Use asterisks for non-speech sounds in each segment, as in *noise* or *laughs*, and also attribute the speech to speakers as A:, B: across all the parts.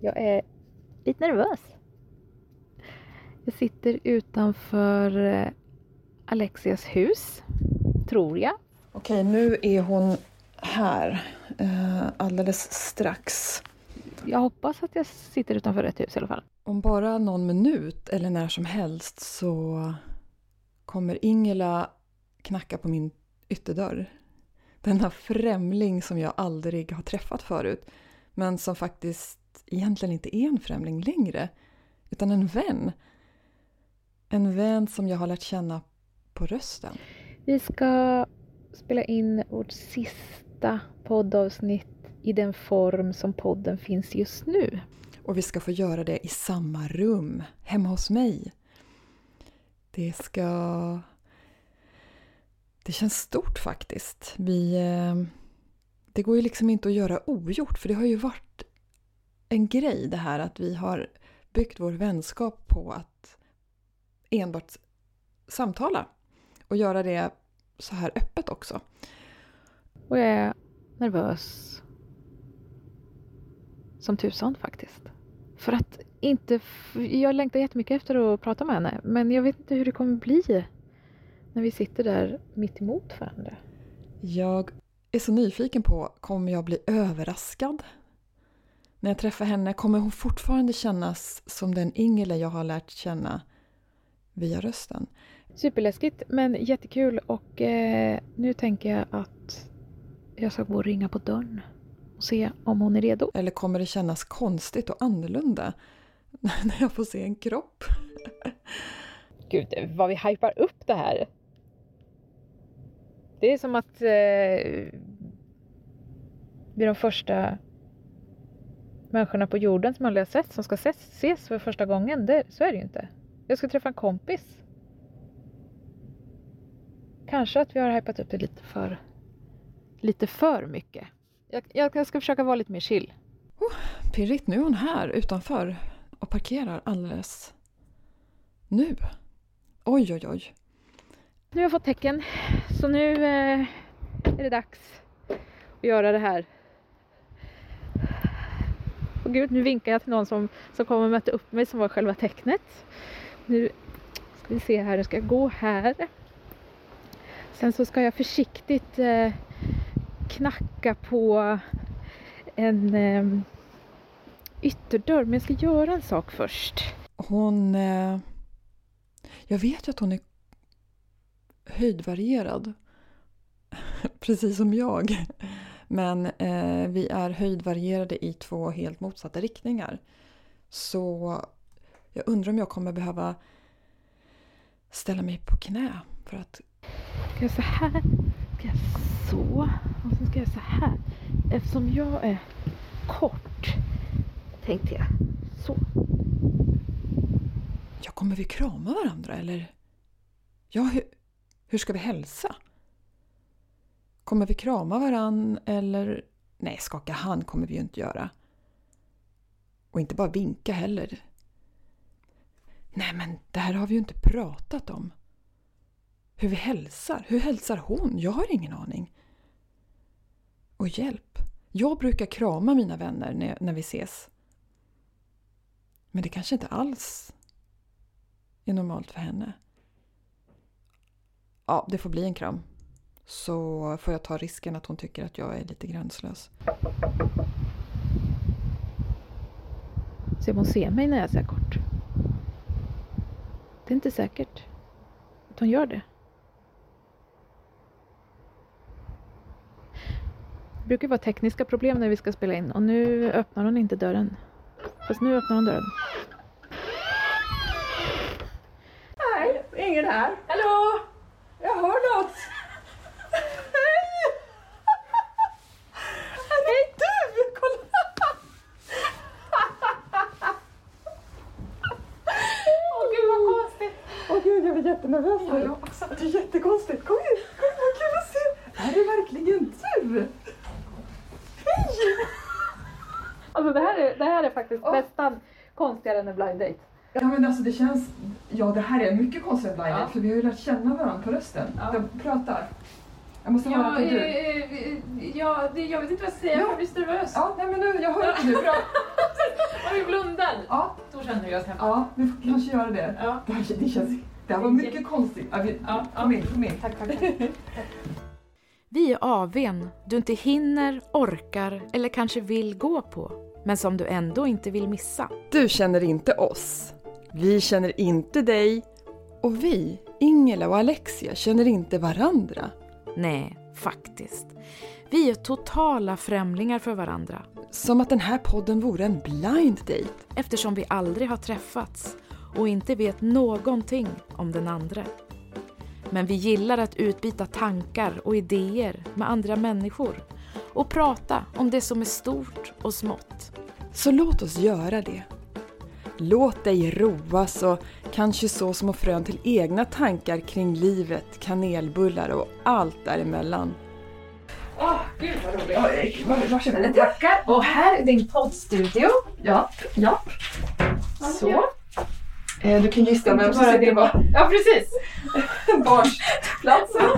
A: Jag är lite nervös. Jag sitter utanför eh, Alexias hus, tror jag.
B: Okej, nu är hon här eh, alldeles strax.
A: Jag hoppas att jag sitter utanför rätt hus i alla fall.
B: Om bara någon minut eller när som helst så kommer Ingela knacka på min ytterdörr. Denna främling som jag aldrig har träffat förut men som faktiskt egentligen inte är en främling längre utan en vän. En vän som jag har lärt känna på rösten.
A: Vi ska spela in vårt sista poddavsnitt i den form som podden finns just nu.
B: Och vi ska få göra det i samma rum, hemma hos mig. Det ska... Det känns stort faktiskt. Vi... eh, Det går ju liksom inte att göra ogjort för det har ju varit en grej det här att vi har byggt vår vänskap på att enbart samtala och göra det så här öppet också.
A: Och jag är nervös. Som tusan faktiskt. För att inte... f- Jag längtar jättemycket efter att prata med henne. Men jag vet inte hur det kommer bli. När vi sitter där mitt emot varandra.
B: Jag är så nyfiken på, kommer jag bli överraskad? När jag träffar henne, kommer hon fortfarande kännas som den Ingela jag har lärt känna via rösten?
A: Superläskigt men jättekul och eh, nu tänker jag att jag ska gå och ringa på dörren. Och se om hon är redo.
B: Eller kommer det kännas konstigt och annorlunda *laughs* när jag får se en kropp?
A: Gud vad vi hypar upp det här. Det är som att eh, vi är de första människorna på jorden som aldrig har sett som ska ses, ses för första gången. Det, så är det ju inte. Jag ska träffa en kompis. Kanske att vi har hypat upp det lite för, lite för mycket. Jag, jag, jag ska försöka vara lite mer chill.
B: Pirrigt, nu är hon här utanför och parkerar alldeles nu. Oj, oj, oj.
A: Nu har jag fått tecken, så nu eh, är det dags att göra det här. Och gud, nu vinkar jag till någon som, som kommer och mötte upp mig som var själva tecknet. Nu ska vi se här, nu ska jag gå här. Sen så ska jag försiktigt eh, knacka på en eh, ytterdörr, men jag ska göra en sak först.
B: Hon... Eh, jag vet ju att hon är höjdvarierad. *laughs* Precis som jag. Men eh, vi är höjdvarierade i två helt motsatta riktningar. Så jag undrar om jag kommer behöva ställa mig på knä för att...
A: Ska jag så här? Ska jag så? Och sen ska jag så här. Eftersom jag är kort tänkte jag så.
B: Ja, kommer vi krama varandra eller? Ja, hur, hur ska vi hälsa? Kommer vi krama varann eller? Nej, skaka hand kommer vi ju inte göra. Och inte bara vinka heller. Nej, men det här har vi ju inte pratat om. Hur vi hälsar? Hur hälsar hon? Jag har ingen aning. Och hjälp! Jag brukar krama mina vänner när, när vi ses. Men det kanske inte alls är normalt för henne. Ja, det får bli en kram. Så får jag ta risken att hon tycker att jag är lite gränslös.
A: Se om hon ser mig när jag är så här kort. Det är inte säkert att hon gör det. Det brukar ju vara tekniska problem när vi ska spela in och nu öppnar hon inte dörren. Fast nu öppnar hon dörren.
C: Nej, ingen här. Hallå! Jag hör något. Hej! Det är du! Kolla! Åh gud vad konstigt. Åh gud, jag blir jättenervös nu. Det är jättekonstigt. Kom in, kom in, vad kul att se. Är det verkligen du?
A: Alltså det här är, det här är faktiskt nästan konstigare än en blind date.
B: Ja men alltså det känns... Ja det här är mycket konstigt blind date, för vi har ju lärt känna varandra på rösten. De pratar. Jag måste höra att det är du.
C: eh, ja, jag vet inte vad jag ska säga,
B: jag
C: blir nervös.
B: Ja, nej men nu, jag hör att du pratar.
C: Oj,
A: känner oss hemma.
D: Ja, vi får kanske göra det.
A: Ja.
D: Det, här, det, känns, det här var mycket konstigt. Ja, vi,
A: Ja,
D: kom in, kom in.
A: Tack, tack, tack.
E: Vi är AWn du inte hinner, orkar eller kanske vill gå på, men som du ändå inte vill missa.
B: Du känner inte oss. Vi känner inte dig. Och vi, Ingela och Alexia, känner inte varandra.
E: Nej, faktiskt. Vi är totala främlingar för varandra
B: Som att den här podden vore en blind date.
E: eftersom vi aldrig har träffats och inte vet någonting om den andra. Men vi gillar att utbyta tankar och idéer med andra människor och prata om det som är stort och smått.
B: Så låt oss göra det. Låt dig roas och kanske så små frön till egna tankar kring livet, kanelbullar och allt däremellan.
D: Ja, eh, var- Varsågod.
E: Tackar! Och här är din poddstudio.
D: Ja, ja. Så. Eh, Du kan gissa vem som
A: bara
D: sitter
A: det.
D: på
A: Ja, precis!
D: barnplatsen.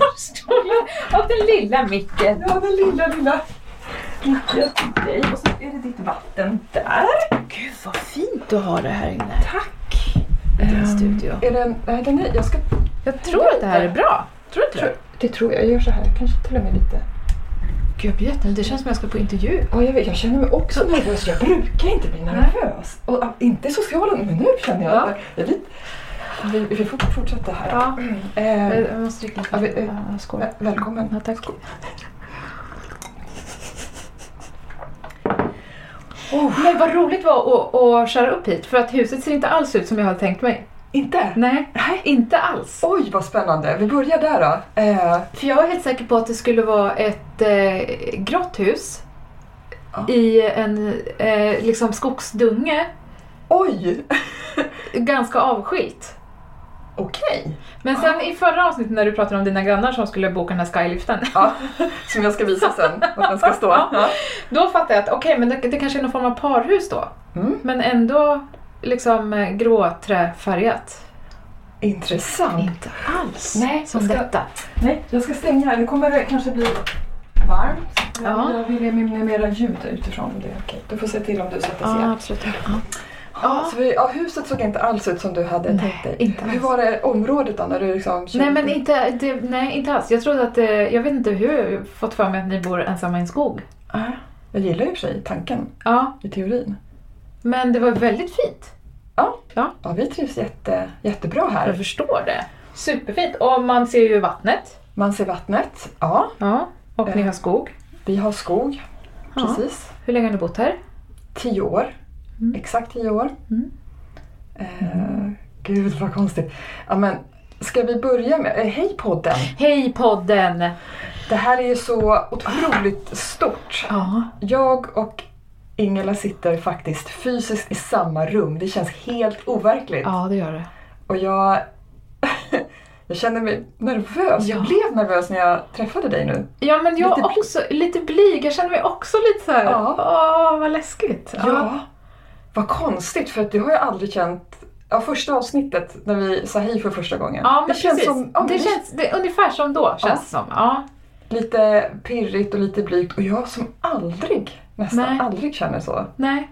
A: Och den lilla micken.
D: Ja, den lilla, lilla micken till dig. Och så är det ditt vatten där.
A: Gud vad fint du har det här inne.
D: Tack.
A: I din studio.
B: Är den, nej, den är, jag ska,
A: Jag tror att det här är bra. Tror du det?
B: det tror jag, jag gör så här, kanske till och med lite.
A: Gud, jag vet inte. Det känns som jag ska på intervju.
B: Ja, jag, vet, jag känner mig också nervös, jag brukar inte bli nervös. Och, ja, inte i socialen, men nu känner jag att jag är lite... Vi, vi får fortsätta här.
A: Ja.
B: Eh,
A: Jag måste dricka
B: Ja, vi-
A: lite. Ja, Skål.
B: väl- välkommen.
A: Ja, tack. Men vad roligt var att, att köra upp hit för att huset ser inte alls ut som jag hade tänkt mig.
B: Inte?
A: Nej, inte alls.
B: Oj, vad spännande. Vi börjar där då. Eh,
A: För jag var helt säker på att det skulle vara ett eh, grått hus
B: Ja.
A: i en eh, liksom skogsdunge,
B: oj!
A: ganska avskilt.
B: Okej.
A: Men sen i förra avsnittet när du pratade om dina grannar som skulle boka den här skyliften,
B: Ja, som jag ska visa sen, att den ska stå. Ja.
A: då fattade jag att okej, men det, det kanske är någon form av parhus då.
B: Mm.
A: Men ändå liksom eh, gråträfärgat.
B: Intressant.
E: Inte alls
B: Nej,
E: som
B: jag ska-
E: detta.
B: Nej, jag ska stänga här. Nu kommer det kanske bli varmt.
A: Ja.
B: Ja. Jag vill minimera ljud utifrån. Det är okej. Du får se till om du sätter sig.
A: Ja,
B: Ja.
A: absolut.
B: Så vi, ja, huset såg inte alls ut som du hade tänkt dig.
A: inte
B: Hur
A: alls.
B: var det området då? När du liksom
A: Nej, men inte, det, nej, inte alls. Jag trodde att, eh, jag vet inte hur jag har fått för mig att ni bor ensamma i en skog.
B: Ja, Jag gillar ju för sig tanken
A: Ja,
B: i teorin.
A: men det var väldigt fint.
B: Ja, vi trivs jätte, jättebra
A: Jag
B: här.
A: förstår det. Superfint. Och man ser ju vattnet.
B: Man ser vattnet. Ja,
A: Ja, och ni
B: Eh.
A: har skog.
B: vi har skog.
A: Ja.
B: Precis.
A: Hur länge har ni bott här?
B: tio år.
A: Mm.
B: Exakt tio år.
A: Mm.
B: Eh, gud vad konstigt. Ja, men, ska vi börja med... Eh, hej podden!
A: Hej podden!
B: Det här är ju så otroligt stort.
A: Ja,
B: Jag och Ingela sitter faktiskt fysiskt i samma rum. Det känns helt overkligt.
A: ja det gör det.
B: Och jag... *laughs* jag känner mig nervös.
A: Ja.
B: Jag blev nervös när jag träffade dig nu.
A: Ja, men jag
B: Lite blyg.
A: också. Lite blyg. Jag känner mig också lite så här.
B: Ja.
A: Åh, vad läskigt.
B: Vad konstigt, för att det har jag aldrig känt... Ja, första avsnittet när vi sa hej för första gången.
A: Ja, men det känns,
B: som... ja, men
A: det känns det är ungefär som då, känns det som. Ja.
B: lite pirrigt och lite blygt och jag som aldrig, nästan
A: Nej.
B: aldrig känner så.
A: Nej.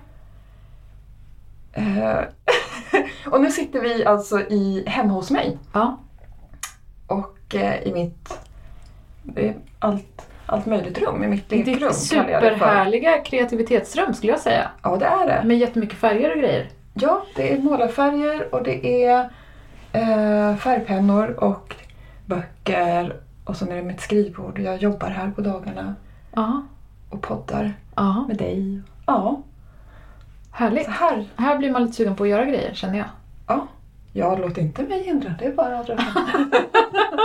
B: Eh, *laughs* och nu sitter vi alltså i, hemma hos mig
A: Ja.
B: och eh, i mitt, det är allt, allt möjligt rum, i mitt
A: Det
B: lekrum
A: är
B: kallar jag det för.
A: superhärliga kreativitetsrum skulle jag säga.
B: Ja, det är det.
A: Med jättemycket färger och grejer.
B: Ja, det är målarfärger och det är eh, färgpennor och böcker och sen är det mitt skrivbord och jag jobbar här på dagarna
A: Ja.
B: och poddar
A: Ja,
B: med dig. Ja,
A: härligt.
B: så här
A: Här blir man lite sugen på att göra grejer känner jag.
B: Ja, jag låter inte mig hindra. Det är bara att dra fram.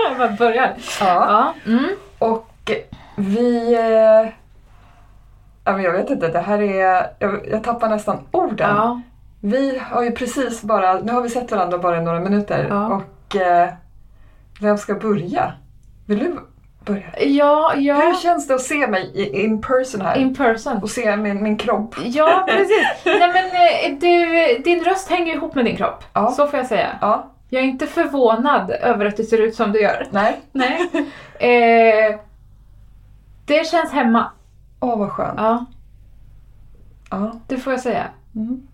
A: Jag bara börjar.
B: ja.
A: *laughs* Ja. Mm.
B: Och vi... eh, Ja, men jag vet inte, det här är... Jag, jag tappar nästan orden.
A: Ja.
B: Vi har ju precis bara... Nu har vi sett varandra bara i några minuter.
A: Ja.
B: Och eh, vem ska börja? Vill du börja?
A: Ja,
B: Hur
A: ja.
B: känns det att se mig i- in person här?
A: In person.
B: Och se min, min kropp?
A: Ja, precis. Nej men eh, du, din röst hänger ju ihop med din kropp.
B: Ja.
A: Så får jag säga.
B: Ja,
A: Jag är inte förvånad över att du ser ut som du gör.
B: nej.
A: Nej. *laughs* eh, det känns hemma.
B: Åh, vad skönt.
A: Ja,
B: Ja.
A: Mm. det får jag säga.
B: Mm.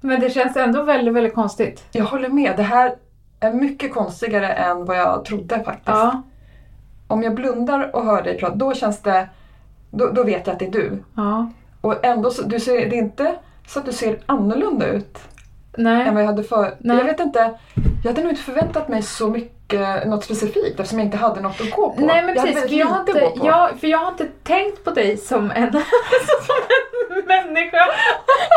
A: Men det känns ändå väldigt, väldigt konstigt.
B: Jag håller med. Det här är mycket konstigare än vad jag trodde faktiskt.
A: Ja.
B: Om jag blundar och hör dig prata, då känns det... Då, då vet jag att det är du.
A: ja.
B: Och ändå, så, du ser, det är inte så att du ser annorlunda ut
A: Nej.
B: än vad jag hade för...
A: Nej.
B: Jag vet inte. Jag hade nog inte förväntat mig så mycket, något specifikt eftersom jag inte hade något att gå på.
A: Nej men
B: jag hade
A: precis, för
B: väldigt
A: jag, har
B: lite
A: inte,
B: att gå på.
A: jag, för jag har inte tänkt på dig som en, *laughs* som en människa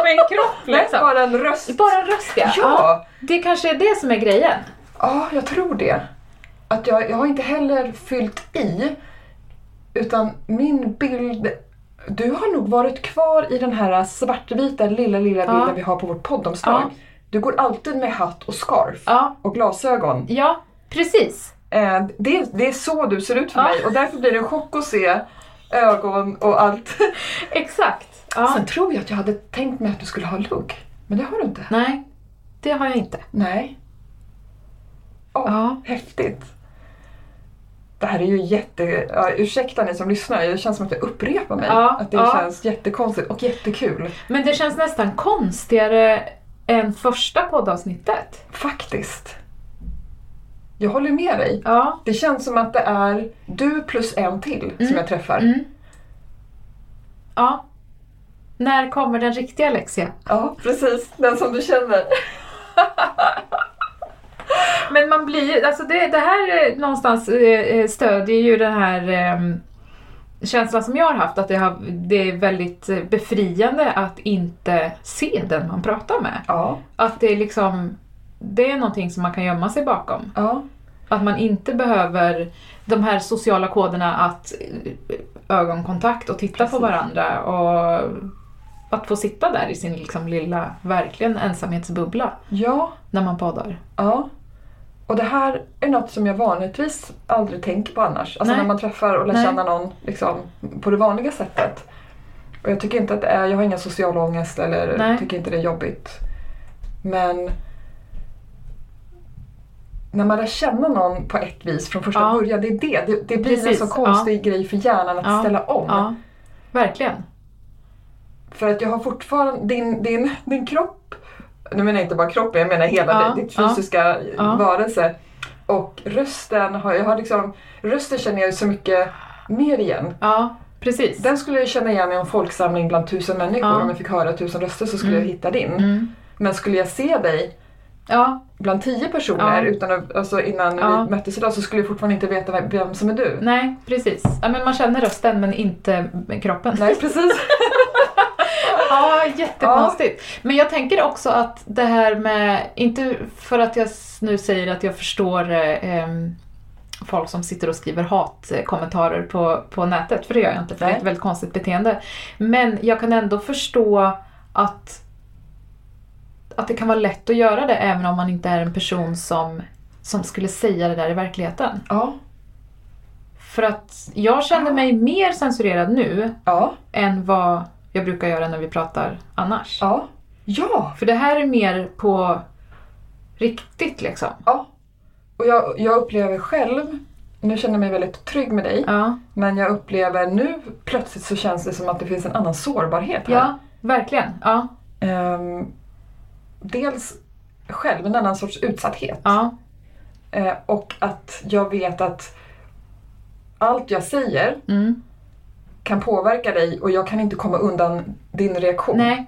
A: med en kropp
B: Nej,
A: liksom.
B: bara en röst.
A: Bara en röst ja.
B: Ja,
A: Det kanske är det som är grejen.
B: ja jag tror det. Att jag, jag har inte heller fyllt i. Utan min bild... Du har nog varit kvar i den här svartvita lilla, lilla
A: Ja.
B: bilden vi har på vårt poddomslag.
A: Ja.
B: Du går alltid med hatt och scarf
A: Ja,
B: och glasögon.
A: ja precis.
B: Eh, det, det är så du ser ut för
A: Ja.
B: mig och därför blir det en chock att se ögon och allt.
A: Exakt. Ja.
B: Sen tror jag att jag hade tänkt mig att du skulle ha lugg. Men det har du inte.
A: Nej, det har jag inte.
B: Nej. Åh,
A: Ja.
B: häftigt. Det här är ju jätte... Ja, ursäkta ni som lyssnar, det känns som att jag upprepar mig.
A: Ja,
B: att det
A: ja.
B: känns jättekonstigt och jättekul.
A: Men det känns nästan konstigare än första poddavsnittet.
B: Faktiskt. Jag håller med dig.
A: Ja.
B: Det känns som att det är du plus en till som jag träffar.
A: Mm. Ja. När kommer den riktiga Alexia?
B: Ja, precis. Den som du känner.
A: Men man blir alltså det, det här eh, någonstans eh, eh, stödjer ju den här eh, känslan som jag har haft att det, har, det är väldigt eh, befriande att inte se den man pratar med.
B: Ja,
A: Att det är liksom, det är någonting som man kan gömma sig bakom.
B: ja.
A: Att man inte behöver de här sociala koderna att eh, ögonkontakt och titta på
B: Precis.
A: varandra och att få sitta där i sin liksom lilla, verkligen ensamhetsbubbla
B: Ja,
A: när man poddar.
B: ja. Och det här är något som jag vanligtvis aldrig tänker på annars. Alltså
A: Nej.
B: när man träffar och lär
A: Nej.
B: känna någon liksom, på det vanliga sättet. Och jag tycker inte att det är, jag har ingen social ångest eller
A: Nej.
B: tycker inte det är jobbigt. Men när man lär känna någon på ett vis från första
A: Ja.
B: början, det är det. Det, det blir
A: Precis,
B: en så konstig grej för hjärnan att
A: Ja.
B: ställa om.
A: Ja, verkligen.
B: För att jag har fortfarande, din, din, din kropp, nu menar jag inte bara kroppen, jag menar hela
A: Ja,
B: ditt- ditt
A: ja,
B: fysiska
A: ja.
B: varelse. Och rösten har jag har liksom, rösten känner jag ju så mycket mer igen.
A: Ja, precis.
B: Den skulle jag känna igen i en folksamling bland tusen människor.
A: Ja.
B: Om jag fick höra tusen röster så skulle jag hitta din.
A: Mm.
B: Men skulle jag se dig
A: Ja,
B: bland tio personer
A: Ja.
B: utan att, alltså innan
A: Ja.
B: vi möttes idag så skulle jag fortfarande inte veta vem- vem som är du.
A: nej precis. Ja, men man känner rösten men inte kroppen.
B: Nej precis.
A: *laughs* Ja, jättekonstigt. Men jag tänker också att det här med, inte för att jag s- nu säger att jag förstår eh, ehm, folk som sitter och skriver hatkommentarer på, på nätet, för det gör jag inte, för det är
B: Nej.
A: ett väldigt konstigt beteende. Men jag kan ändå förstå att, att det kan vara lätt att göra det även om man inte är en person som, som skulle säga det där i verkligheten.
B: Ja.
A: För att jag känner mig mer censurerad nu
B: Ja.
A: än vad jag brukar göra när vi pratar annars.
B: Ja. Ja.
A: För det här är mer på riktigt liksom.
B: Och jag, jag upplever själv, nu känner jag mig väldigt trygg med dig,
A: Ja,
B: men jag upplever nu plötsligt så känns det som att det finns en annan sårbarhet här.
A: ja verkligen. Ja,
B: Ehm, dels själv, en annan sorts utsatthet.
A: ja,
B: Eh, och att jag vet att allt jag säger
A: mm.
B: kan påverka dig och jag kan inte komma undan din reaktion.
A: nej.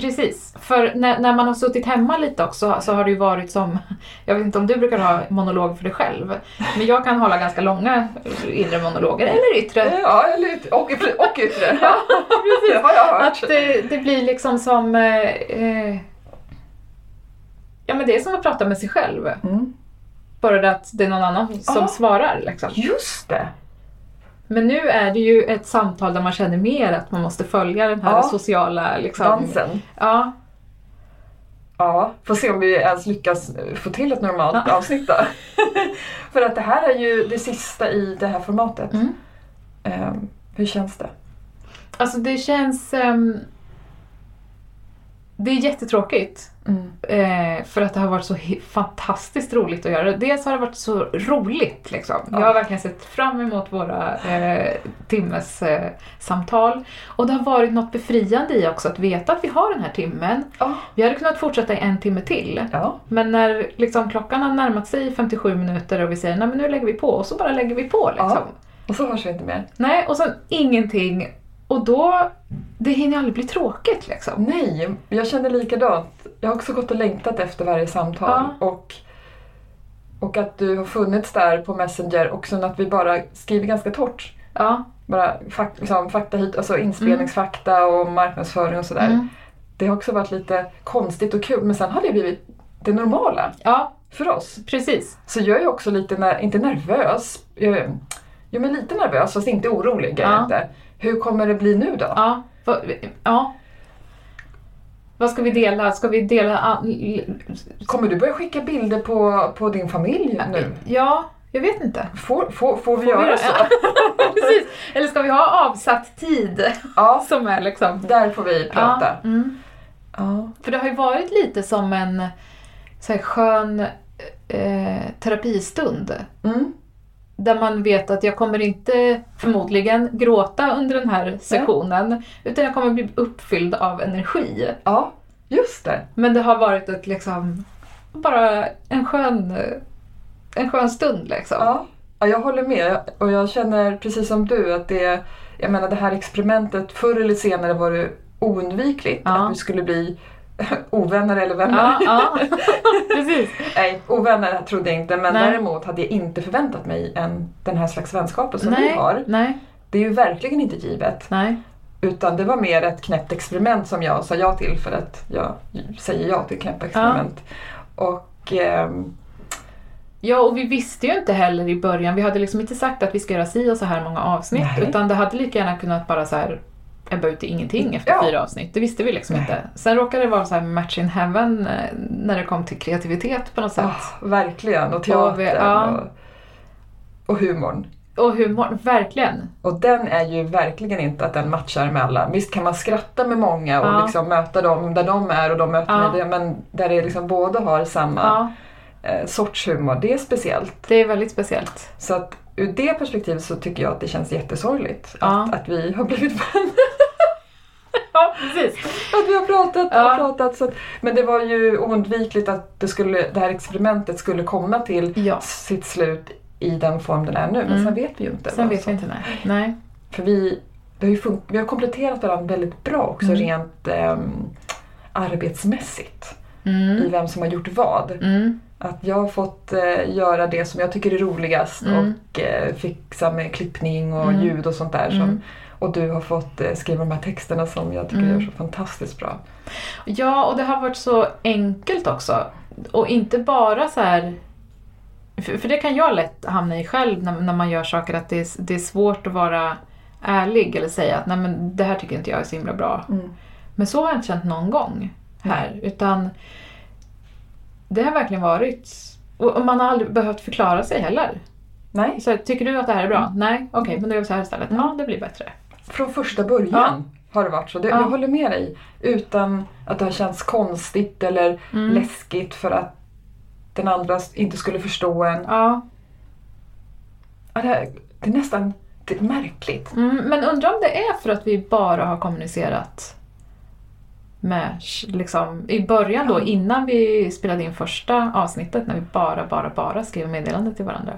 A: Precis. För när, när man har suttit hemma lite också så har det ju varit som, jag vet inte om du brukar ha monolog för dig själv, men jag kan hålla ganska långa inre monologer, eller yttre.
B: Eh, Ja, eller ut- och, yttre- och yttre. *laughs* ja, precis. Det har jag hört.
A: Att det, det blir liksom som, eh, eh, ja men det är som att prata med sig själv.
B: Mm.
A: Bara det att det är någon annan som
B: Ja.
A: svarar liksom.
B: Just det!
A: Men nu är det ju ett samtal där man känner mer att man måste följa den här
B: Ja.
A: sociala liksom.
B: Dansen.
A: Ja,
B: Ja, får se om vi ens lyckas eh, få till ett normalt
A: Ja. *laughs*
B: avsnitt då. För att det här är ju det sista i det här formatet.
A: Mm.
B: Ehm, hur känns det?
A: alltså det känns... ehm, Det är jättetråkigt.
B: Mm.
A: Eh, för att det har varit så he- fantastiskt roligt att göra det. Dels har det varit så roligt liksom.
B: Ja.
A: Jag har verkligen sett fram emot våra eh, timmes eh, samtal. Och det har varit något befriande i också att veta att vi har den här timmen.
B: Ja.
A: Vi hade kunnat fortsätta i en timme till.
B: Ja.
A: Men när liksom, klockan har närmat sig 57 minuter och vi säger Nej, men nu lägger vi på och så bara lägger vi på liksom.
B: Ja. Och så hörs vi inte mer.
A: Nej, och sen ingenting. Och då, det hinner aldrig bli tråkigt liksom.
B: Nej, jag känner likadant. Jag har också gått och längtat efter varje samtal. Och, och att du har funnits där på Messenger och sen att vi bara skriver ganska torrt.
A: Ja.
B: Bara fak, liksom, fakta hit, alltså inspelningsfakta och marknadsföring och sådär.
A: Mm.
B: Det har också varit lite konstigt och kul men sen har det blivit det normala
A: Ja,
B: för oss.
A: precis.
B: Så jag är också lite, ner, inte nervös, jag, jag är lite nervös fast inte orolig. är Jag
A: Ja.
B: inte. Hur kommer det bli nu då?
A: Ja. Va, ja. Vad ska vi dela? Ska vi dela... an-
B: Kommer du börja skicka bilder på, på din familj nu?
A: Ja, jag vet inte.
B: Får, får, får vi
A: Får vi
B: göra
A: det?
B: så?
A: *laughs* precis. Eller ska vi ha avsatt tid
B: Ja,
A: som är liksom...
B: där får vi prata.
A: Ja, mm.
B: Ja.
A: För det har ju varit lite som en så här, skön eh, terapistund.
B: Mm.
A: Där man vet att jag kommer inte förmodligen gråta under den här sessionen. Utan jag kommer bli uppfylld av energi.
B: ja, just det.
A: Men det har varit ett liksom, bara en skön, en skön stund liksom.
B: Ja. ja, jag håller med och jag känner precis som du att det, jag menar det här experimentet, förr eller senare var det oundvikligt
A: Ja.
B: att vi skulle bli *laughs* ovänner eller vänner.
A: ja, *laughs* ja. precis.
B: Nej, ovänner trodde jag inte men
A: Nej.
B: däremot hade jag inte förväntat mig en, den här slags vänskapen som vi
A: nej,
B: har.
A: nej,
B: Det är ju verkligen inte givet.
A: nej.
B: Utan det var mer ett knäppt experiment som jag sa ja till för att jag säger ja till knäppa experiment. Och ehm,
A: Ja, och vi visste ju inte heller i början, vi hade liksom inte sagt att vi ska göra si och så här många avsnitt.
B: Nej.
A: Utan det hade lika gärna kunnat bara så här ebba ut i ingenting efter
B: Ja.
A: fyra avsnitt. Det visste vi liksom inte. Sen råkade det vara så här match in heaven eh, när det kom till kreativitet på något sätt.
B: ah, verkligen, och teatern
A: Och vi- ja.
B: och, och humorn.
A: Och humor, verkligen.
B: Och den är ju verkligen inte att den matchar med alla. Visst kan man skratta med många och
A: Ja.
B: liksom möta dem där de är och de möter
A: Ja.
B: mig där, men där det liksom båda har samma
A: Ja,
B: eh, sorts humor. Det är speciellt.
A: det är väldigt speciellt.
B: Så att ur det perspektivet så tycker jag att det känns jättesorgligt
A: Ja.
B: att, att vi har blivit *laughs* vänner.
A: Ja, precis.
B: Att vi har pratat
A: Ja.
B: och pratat. Så att, men det var ju oundvikligt att det, skulle, det här experimentet skulle komma till
A: Ja.
B: sitt slut i den form den är nu. Men
A: Mm.
B: sen vet vi ju inte.
A: Sen
B: vad
A: vet
B: som-
A: vi inte nej. Nej.
B: För vi, det har ju fun- vi har kompletterat varandra väldigt bra också
A: Mm.
B: rent ehm, arbetsmässigt. I
A: Mm.
B: vem som har gjort vad.
A: Mm.
B: Att jag har fått eh, göra det som jag tycker är roligast
A: Mm.
B: och eh, fixa med klippning och
A: Mm.
B: ljud och sånt där. Som,
A: Mm.
B: Och du har fått eh, skriva de här texterna som jag tycker
A: Mm.
B: gör så fantastiskt bra.
A: Ja, och det har varit så enkelt också. Och inte bara så här... För, för det kan jag lätt hamna i själv när, när man gör saker, att det är, s- det är svårt att vara ärlig eller säga att nej men det här tycker inte jag är så himla bra.
B: Mm.
A: Men så har jag inte känt någon gång här, utan det har verkligen varit... Och och man har aldrig behövt förklara sig heller.
B: Nej,
A: Så här, tycker du att det här är bra? Nej, okej, men då gör vi så här istället. Ja, det blir bättre.
B: från första början har det varit så. Det,
A: Ja.
B: Jag håller med dig. Utan att det har känts konstigt eller
A: Mm.
B: läskigt för att den andra s- inte skulle förstå en.
A: Ja,
B: Ja, det, här, det är nästan det är märkligt.
A: Mm, men undrar om det är för att vi bara har kommunicerat med, liksom, i början då, innan vi spelade in första avsnittet, när vi bara, bara, bara skrev meddelanden till varandra.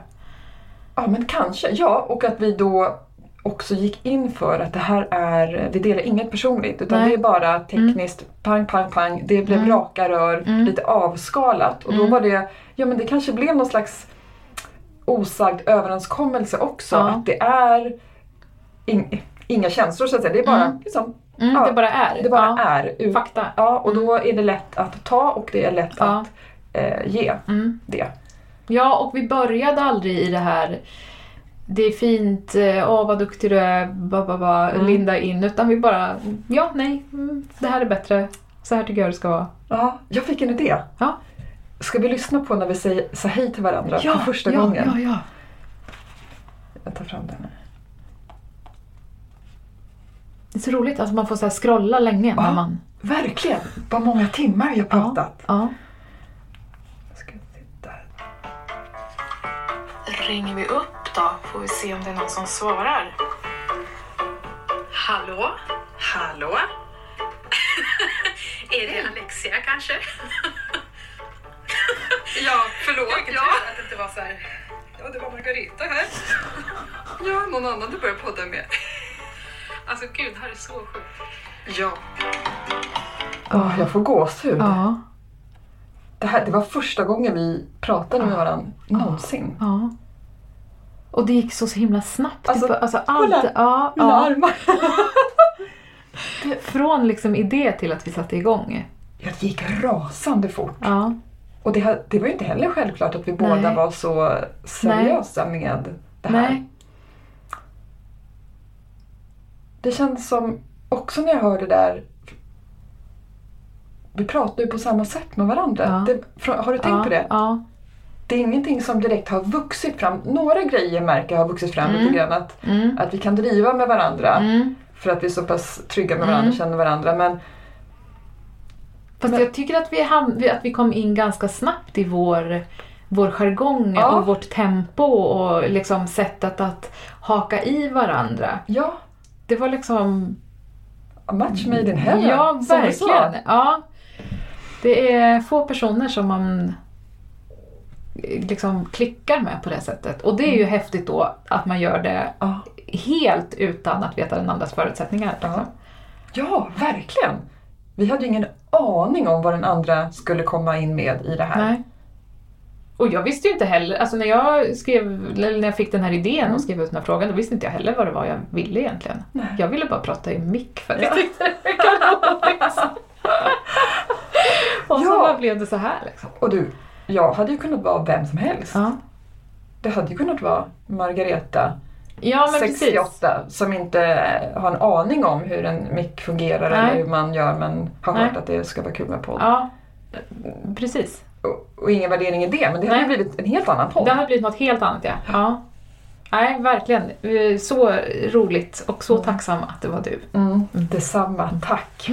B: Ja, men kanske. Ja, och att vi då också gick in för att det här är, vi delar inget personligt utan
A: Nej. Mm.
B: det är bara tekniskt pang, pang, pang. Det blev raka rör, lite avskalat
A: Mm.
B: och då var det, ja men det kanske blev någon slags osagd överenskommelse också
A: Ja.
B: att det är in, inga känslor så att säga. Det är bara, liksom,
A: Mm,
B: Ja,
A: Det bara är.
B: det bara
A: ja,
B: är. ut-
A: Fakta.
B: Ja, och då är det lätt att ta och det är lätt
A: Ja.
B: att eh, ge
A: Mm.
B: det.
A: Ja, och vi började aldrig i det här det är fint, eh, åh vad duktig du är, ba, ba, ba,
B: Mm.
A: linda in. Utan vi bara, ja, nej, mm, det här är bättre. Så här tycker jag det ska vara.
B: Ja, jag fick en idé.
A: Ja.
B: Ska vi lyssna på när vi säger, sa hej till varandra för första
A: ja,
B: gången?
A: Ja, ja.
B: Jag tar fram den här.
A: Det är så roligt, alltså man får så här scrolla länge när
B: Ja.
A: man...
B: Verkligen! Vad många timmar vi har pratat.
A: Ja.
B: Ska se där.
F: Ringer vi upp då? Får vi se om det är någon som svarar. Hallå? Hallå? är det Alexia kanske? ja, förlåt. Vilken ja. tur att det inte var så här. Ja, det var Margareta *laughs* här. ja, någon annan du börjar podda med. alltså gud, det här är så sjukt. Ja.
B: Åh, jag får gåshud.
A: Ja.
B: Det, här, det var första gången vi pratade med varandra någonsin.
A: Ja. Och det gick så himla snabbt. Alltså,
B: Alltså,
A: typ, alltså allt.
B: kolla,
A: ja,
B: Mina
A: ja.
B: armar!
A: Från liksom idé till att vi satte igång.
B: Ja, det gick rasande fort.
A: Ja.
B: Och det, här- det var ju inte heller självklart att vi
A: Nej.
B: båda var så seriösa med det här.
A: Nej.
B: Det känns som, också när jag hör det där, vi pratar ju på samma sätt med varandra.
A: Ja.
B: Det, från- har du tänkt
A: ja,
B: på det?
A: Ja.
B: Det är ingenting som direkt har vuxit fram. Några grejer märker jag har vuxit fram lite grann. Att,
A: Mm.
B: att vi kan driva med varandra
A: Mm.
B: för att vi är så pass trygga med varandra och känner varandra. Men
A: Fast
B: Men-
A: jag tycker att vi, ham- vi- att vi kom in ganska snabbt i vår, vår jargong
B: Ja.
A: och vårt tempo och liksom sättet att haka i varandra.
B: ja,
A: Det var liksom...
B: a match made in heaven.
A: ja,
B: som du sa.
A: verkligen. Ja. Det är få personer som man eh, liksom klickar med på det sättet. Och det
B: Mm.
A: är ju häftigt då att man gör det
B: Ja.
A: helt utan att veta den andras förutsättningar. Liksom.
B: Ja, verkligen. Vi hade ju ingen aning om vad den andra skulle komma in med i det här.
A: Nej. Och jag visste ju inte heller, alltså när jag skrev, eller när jag fick den här idén och skrev ut den här frågan, då visste inte jag heller vad det var jag ville egentligen.
B: Mm. Nej.
A: Jag ville bara prata i mick för att
B: Ja.
A: jag tyckte det
B: *laughs*
A: var roligt. Och så
B: Ja.
A: bara blev det så här liksom.
B: Och du, jag hade ju kunnat vara vem som helst.
A: Ja,
B: Det hade ju kunnat vara Margareta,
A: ja men precis.
B: 68, som inte har en aning om hur en mick fungerar
A: Nej.
B: eller hur man gör men har
A: Nej.
B: hört att det ska vara kul med podd.
A: Ja, precis.
B: Och, och ingen värdering i det, men det hade ju
A: Nej.
B: blivit en helt annan podd.
A: Det hade blivit något helt annat ja. ja. Nej, verkligen. Eh, Så roligt och så tacksam att det var du.
B: Mm, detsamma, tack.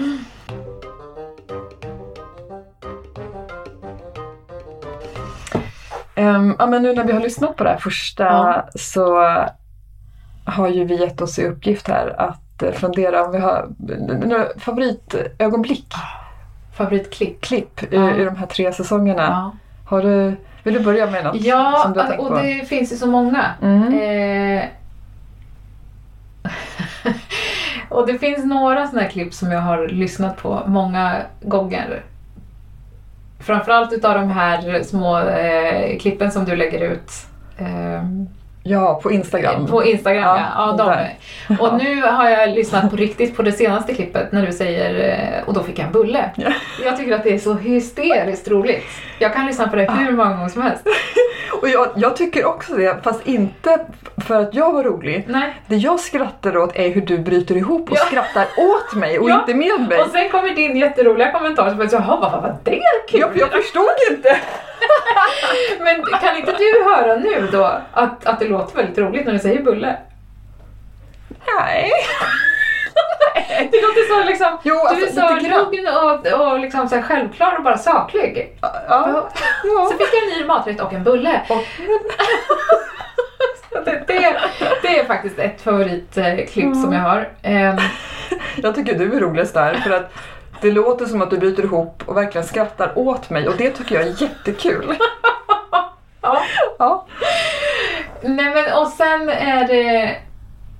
B: Ehm, ja, men nu när vi har lyssnat på det här första
A: Ja.
B: så har ju vi gett oss i uppgift här att eh, fundera om vi har några favoritögonblick,
A: Favoritklick.
B: klipp
A: Ja.
B: ur, ur de här tre säsongerna.
A: Ja,
B: Har du, vill du börja med något
A: ja
B: som du har tänkt
A: och
B: på?
A: det finns ju så många.
B: Mm.
A: Eh, *laughs* och det finns några sådana här klipp som jag har lyssnat på många gånger. Framförallt utav de här små eh, klippen som du lägger ut eh,
B: Ja, på Instagram.
A: på Instagram.
B: Ja,
A: Ja, ja, de.
B: där.
A: Och nu har jag lyssnat på riktigt på det senaste klippet när du säger eh, och då fick jag en bulle.
B: Ja.
A: Jag tycker att det är så hysteriskt roligt. Jag kan lyssna på
B: Ah.
A: det hur många gånger som helst.
B: *laughs* Och jag, jag tycker också det, fast inte för att jag var rolig.
A: Nej.
B: Det jag skrattar åt är hur du bryter ihop och
A: Ja.
B: skrattar åt mig och
A: Ja.
B: inte med mig.
A: Och sen kommer din jätteroliga kommentar som att jaha, vad vad var det kul?
B: Jag, jag förstod inte.
A: Men kan inte du höra nu då att, att det låter väldigt roligt när du säger bulle?
B: Nej.
A: Det låter så liksom,
B: Jo,
A: du
B: alltså,
A: är så
B: lite grann.
A: trogen och, och liksom så här självklar och bara saklig.
B: Ja.
A: Så fick jag en ny maträtt och en bulle.
B: Och,
A: *laughs* Så Det, det, det är faktiskt ett favoritklipp som jag har. Ehm,
B: jag tycker du är roligast där för att det låter som att du bryter ihop och verkligen skrattar åt mig och det tycker jag är jättekul.
A: ja.
B: Ja.
A: Nej men och sen är det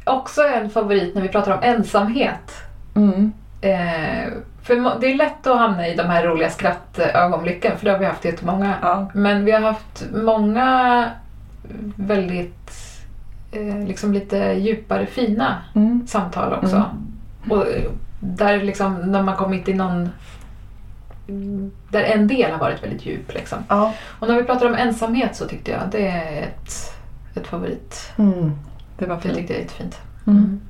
A: också en favorit när vi pratar om ensamhet.
B: Mm.
A: Eh, för må- det är lätt att hamna i de här roliga skrattögonblicken för det har vi haft jättemånga.
B: Ja.
A: Men vi har haft många väldigt eh, liksom lite djupare fina
B: Mm.
A: samtal också. Och eh, där liksom när man kommit i någon där en del har varit väldigt djup. Liksom.
B: Ja.
A: Och när vi pratar om ensamhet så tyckte jag det är ett, ett favorit.
B: Mm. Det var
A: Det
B: fint.
A: tyckte jag är jättefint.
B: Mm.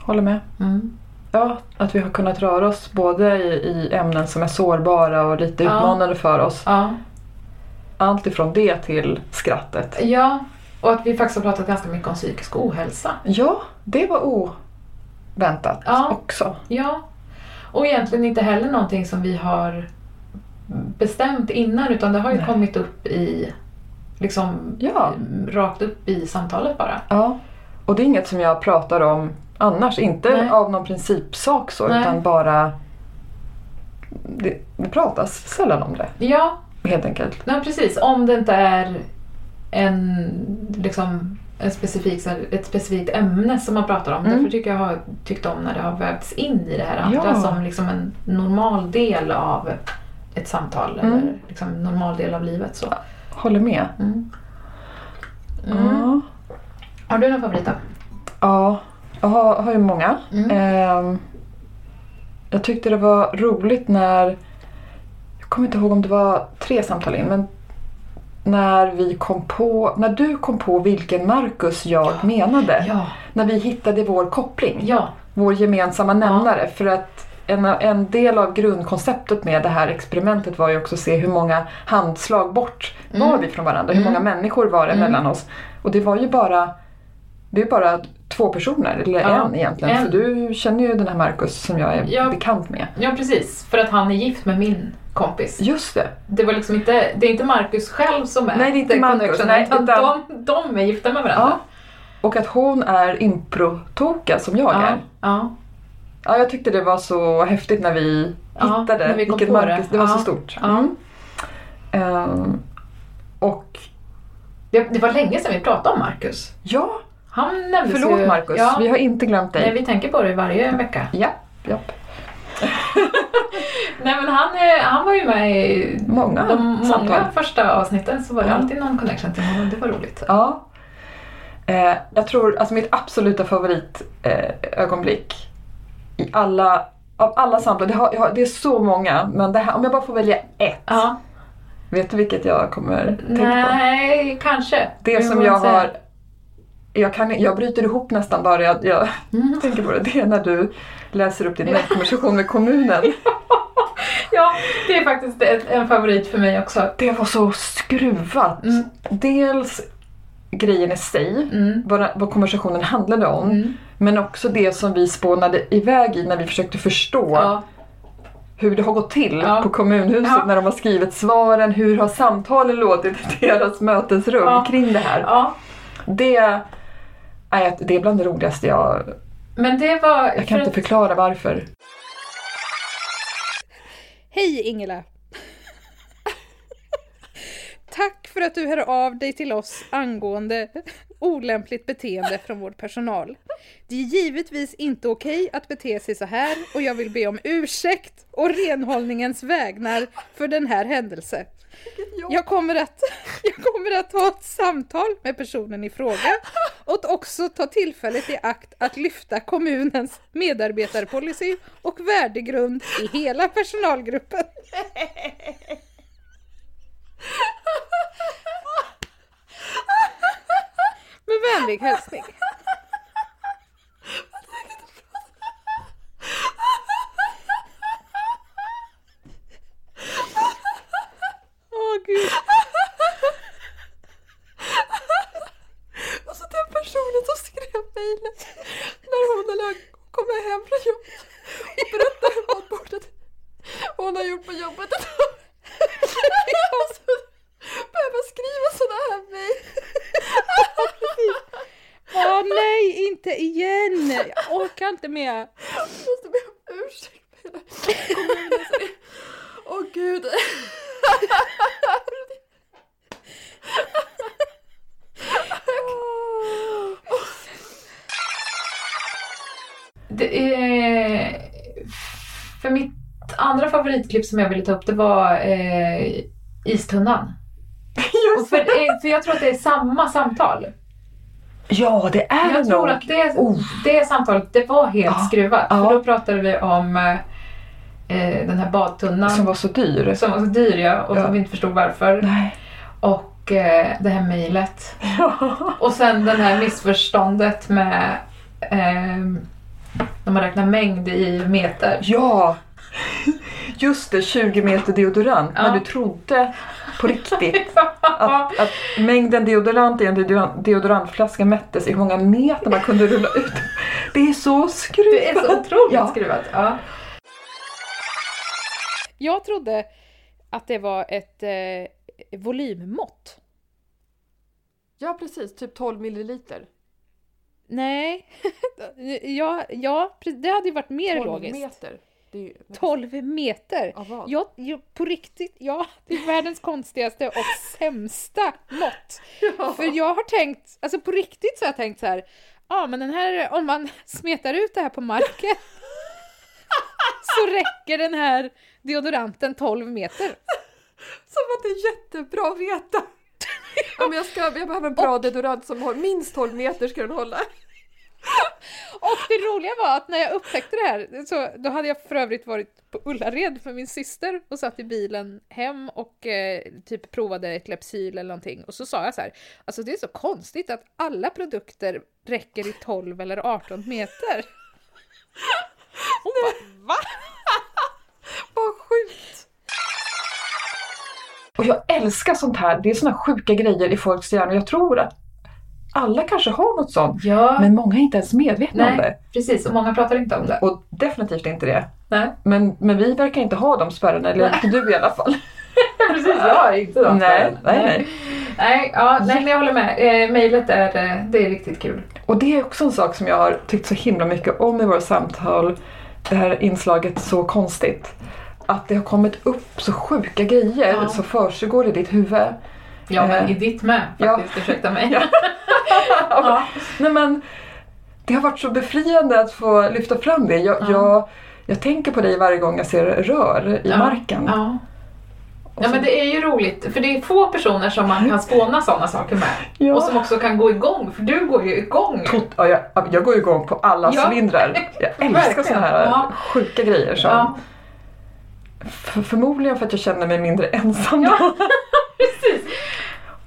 B: Håller med.
A: Mm.
B: Ja, att vi har kunnat röra oss både i, i ämnen som är sårbara och lite
A: Ja.
B: utmanande för oss.
A: Ja.
B: Allt ifrån det till skrattet.
A: ja, och att vi faktiskt har pratat ganska mycket om psykisk ohälsa.
B: Ja, det var o... väntat
A: Ja.
B: också.
A: Ja, och egentligen inte heller någonting som vi har bestämt innan utan det har ju
B: Nej.
A: kommit upp i, liksom
B: Ja.
A: rakt upp i samtalet bara.
B: Ja. Och det är inget som jag pratar om annars. Inte
A: Nej.
B: av någon principsak så,
A: Nej.
B: utan bara... Det, det pratas sällan om det,
A: Ja,
B: helt enkelt.
A: nej, precis. Om det inte är en, liksom, en specifik, så här, ett specifikt ämne som man pratar om.
B: Mm.
A: Därför tycker jag har tyckt om när det har vävts in i det här andra
B: Ja.
A: som liksom en normal del av ett samtal
B: Mm.
A: eller liksom en normal del av livet. Så.
B: Håller med.
A: Mm. Mm.
B: Ja.
A: Har du någon favorit då?
B: Ja, jag har, har ju många.
A: Mm.
B: Ehm, jag tyckte det var roligt när, jag kommer inte ihåg om det var tre samtal in, men när vi kom på, när du kom på vilken Marcus jag menade.
A: Ja,
B: När vi hittade vår koppling,
A: ja,
B: vår gemensamma nämnare. För att en, en del av grundkonceptet med det här experimentet var ju också att se hur många handslag bort var
A: Mm.
B: vi från varandra. Hur många människor var det mellan oss. Och det var ju bara, det är bara två personer, eller
A: Ja,
B: en egentligen.
A: en.
B: För du känner ju den här Marcus som jag är
A: Ja.
B: bekant med.
A: ja, precis. För att han är gift med min kompis.
B: Just det.
A: Det, var liksom inte, det är inte Marcus själv som är
B: Nej, det är inte
A: the
B: Marcus,
A: connection,
B: nej,
A: utan
B: utan-
A: de, de är gifta med varandra.
B: Ja. Och att hon är improtoka som jag
A: ja,
B: är.
A: ja.
B: Ja, jag tyckte det var så häftigt när vi
A: Ja,
B: hittade
A: när vi kom
B: vilket
A: på det.
B: Marcus, det var
A: Ja,
B: så stort.
A: ja.
B: Mm. Ehm, och
A: Det, det var länge sedan vi pratade om Marcus.
B: ja,
A: Han nämndes ju...
B: Förlåt Marcus,
A: ja,
B: vi har inte glömt dig.
A: Nej, vi tänker på det varje vecka.
B: Japp, japp.
A: Nej, men han, eh, han var ju med i
B: Många
A: de många
B: samtal.
A: första avsnitten så var det
B: Ja.
A: alltid någon connection till honom. Det var roligt.
B: Ja. Eh, jag tror, alltså mitt absoluta favoritögonblick eh, ögonblick i alla, av alla samtal, det, har, jag har, det är så många, men det här, om jag bara får välja ett,
A: Ja.
B: vet du vilket jag kommer tänka på?
A: Nej, kanske.
B: Det
A: Vi
B: som
A: får
B: jag
A: säga.
B: har... Jag, kan, jag bryter ihop nästan bara jag, jag
A: Mm.
B: tänker på det. Det är när du läser upp din nätkonversation med kommunen.
A: Ja, det är faktiskt ett, en favorit för mig också.
B: Det var så skruvat.
A: Mm.
B: Dels grejen i sig,
A: Mm.
B: vad, vad konversationen handlade om.
A: Mm.
B: Men också det som vi spånade iväg i när vi försökte förstå
A: Ja.
B: hur det har gått till
A: Ja.
B: på kommunhuset
A: Ja.
B: när de har skrivit svaren. Hur har samtalen låtit i deras mötesrum
A: Ja.
B: kring det här.
A: ja.
B: Det, nej, det är bland det roligaste jag...
A: Men det var...
B: Jag kan
A: för
B: inte
A: att-
B: förklara varför.
G: Hej Ingela! Tack för att du hör av dig till oss angående olämpligt beteende från vår personal. Det är givetvis inte okej att bete sig så här och jag vill be om ursäkt och renhållningens vägnar för den här händelse. Jag kommer, att, *laughs* jag kommer att ta ett samtal med personen i fråga och också ta tillfället i akt att lyfta kommunens medarbetarpolicy och värdegrund i hela personalgruppen. Med vänlig hälsning.
H: Åh gud.
I: Och så den personen som skrev mejlet när hon eller han kommer hem från jobbet och berättar hur matbordet hon har gjort på jobbet. Och så behöver skriva sådana här mejl.
H: Åh nej, inte igen! Jag orkar inte mer.
I: Måste be om ursäkt för hela kommunen. Så det- Åh gud.
A: Det är... För mitt andra favoritklipp som jag ville ta upp det var eh, Istunnan. Och för, eh, för jag tror att det är samma samtal.
B: Ja, det är
A: Jag
B: nog.
A: tror att det,
B: Oh. Ah.
A: det samtalet det var helt
B: Ja.
A: skruvat.
B: Ja.
A: För då pratade vi om eh, den här badtunnan
B: Som
A: som
B: var så dyr.
A: var, så dyr ja, och
B: Ja.
A: som vi inte förstod varför. *laughs*
B: Nej.
A: Och eh, det här mejlet. Och sen det här missförståndet med ehm, *laughs* eh, när man räknar mängd i meter.
B: Ja! *laughs* just det, 20 meter deodorant.
A: Ja.
B: Men du trodde på riktigt
I: *laughs*
B: att, att mängden deodorant i en deodorant, deodorantflaska mättes i hur många meter man kunde rulla ut. Det är så skruvat!
A: Det är så otroligt
B: Ja.
A: skruvat. Ja.
G: Jag trodde att det var ett eh, volymmått.
I: Ja, precis. Typ 12 milliliter.
G: Nej, *laughs* ja, ja, pre- det hade ju varit mer
I: 12
G: logiskt.
I: meter. Det är ju...
G: 12 meter!
I: Av vad?
G: Ja, ja, på riktigt, ja, det är världens konstigaste och sämsta mått. För jag har tänkt, alltså på riktigt så har jag tänkt så här, ja men den här, om man *laughs* smetar ut det här på marken så räcker den här deodoranten 12 meter.
I: Som att det är jättebra att veta. Om jag, ska, jag behöver en bra deodorant som har minst 12 meter ska den hålla.
G: Och det roliga var att när jag upptäckte det här, så, då hade jag för övrigt varit på Ullared för min syster och satt i bilen hem och eh, typ provade ett Lypsyl eller någonting och så sa jag så här, alltså det är så konstigt att alla produkter räcker i 12 eller 18 meter. Hon bara, va?
I: Vad sjukt!
B: Och jag älskar sånt här. Det är såna sjuka grejer i folks hjärnor. Jag tror att alla kanske har något sånt.
A: ja.
B: Men många är inte ens medvetna om det.
A: Nej, precis. Och många pratar inte om det.
B: Och definitivt inte det.
A: Nej.
B: Men, men vi verkar inte ha de spärrarna, eller inte du i alla fall.
A: *laughs* Precis, jag har inte de
B: nej,
A: spärrarna.
B: nej, nej.
A: Nej, ja, nej, men jag håller med. Eh, mejlet är, eh, det är riktigt kul.
B: Och det är också en sak som jag har tyckt så himla mycket om i våra samtal. Det här inslaget Så konstigt. Att det har kommit upp så sjuka grejer
A: Ja.
B: som försiggår i ditt huvud.
A: Ja, men
B: Eh,
A: i ditt med
B: ja.
A: faktiskt. Ursäkta mig.
B: Ja.
A: Ja.
B: Nej men det har varit så befriande att få lyfta fram det. Jag, jag, jag tänker på dig varje gång jag ser rör *laughs* i
A: Ja.
B: marken.
A: Ja.
B: Och
A: ja,
B: så-
A: men det är ju roligt. För det är få personer som man kan spåna sådana saker med.
B: Ja.
A: Och som också kan gå igång. För du går ju igång.
B: Tot- ja, jag, jag går ju igång på alla
A: Ja. *laughs*
B: cylindrar. Jag älskar
A: Verkligen.
B: såna här
A: Ja.
B: sjuka grejer. Som,
A: Ja.
B: f- förmodligen för att jag känner mig mindre ensam
A: Ja.
B: *laughs* då.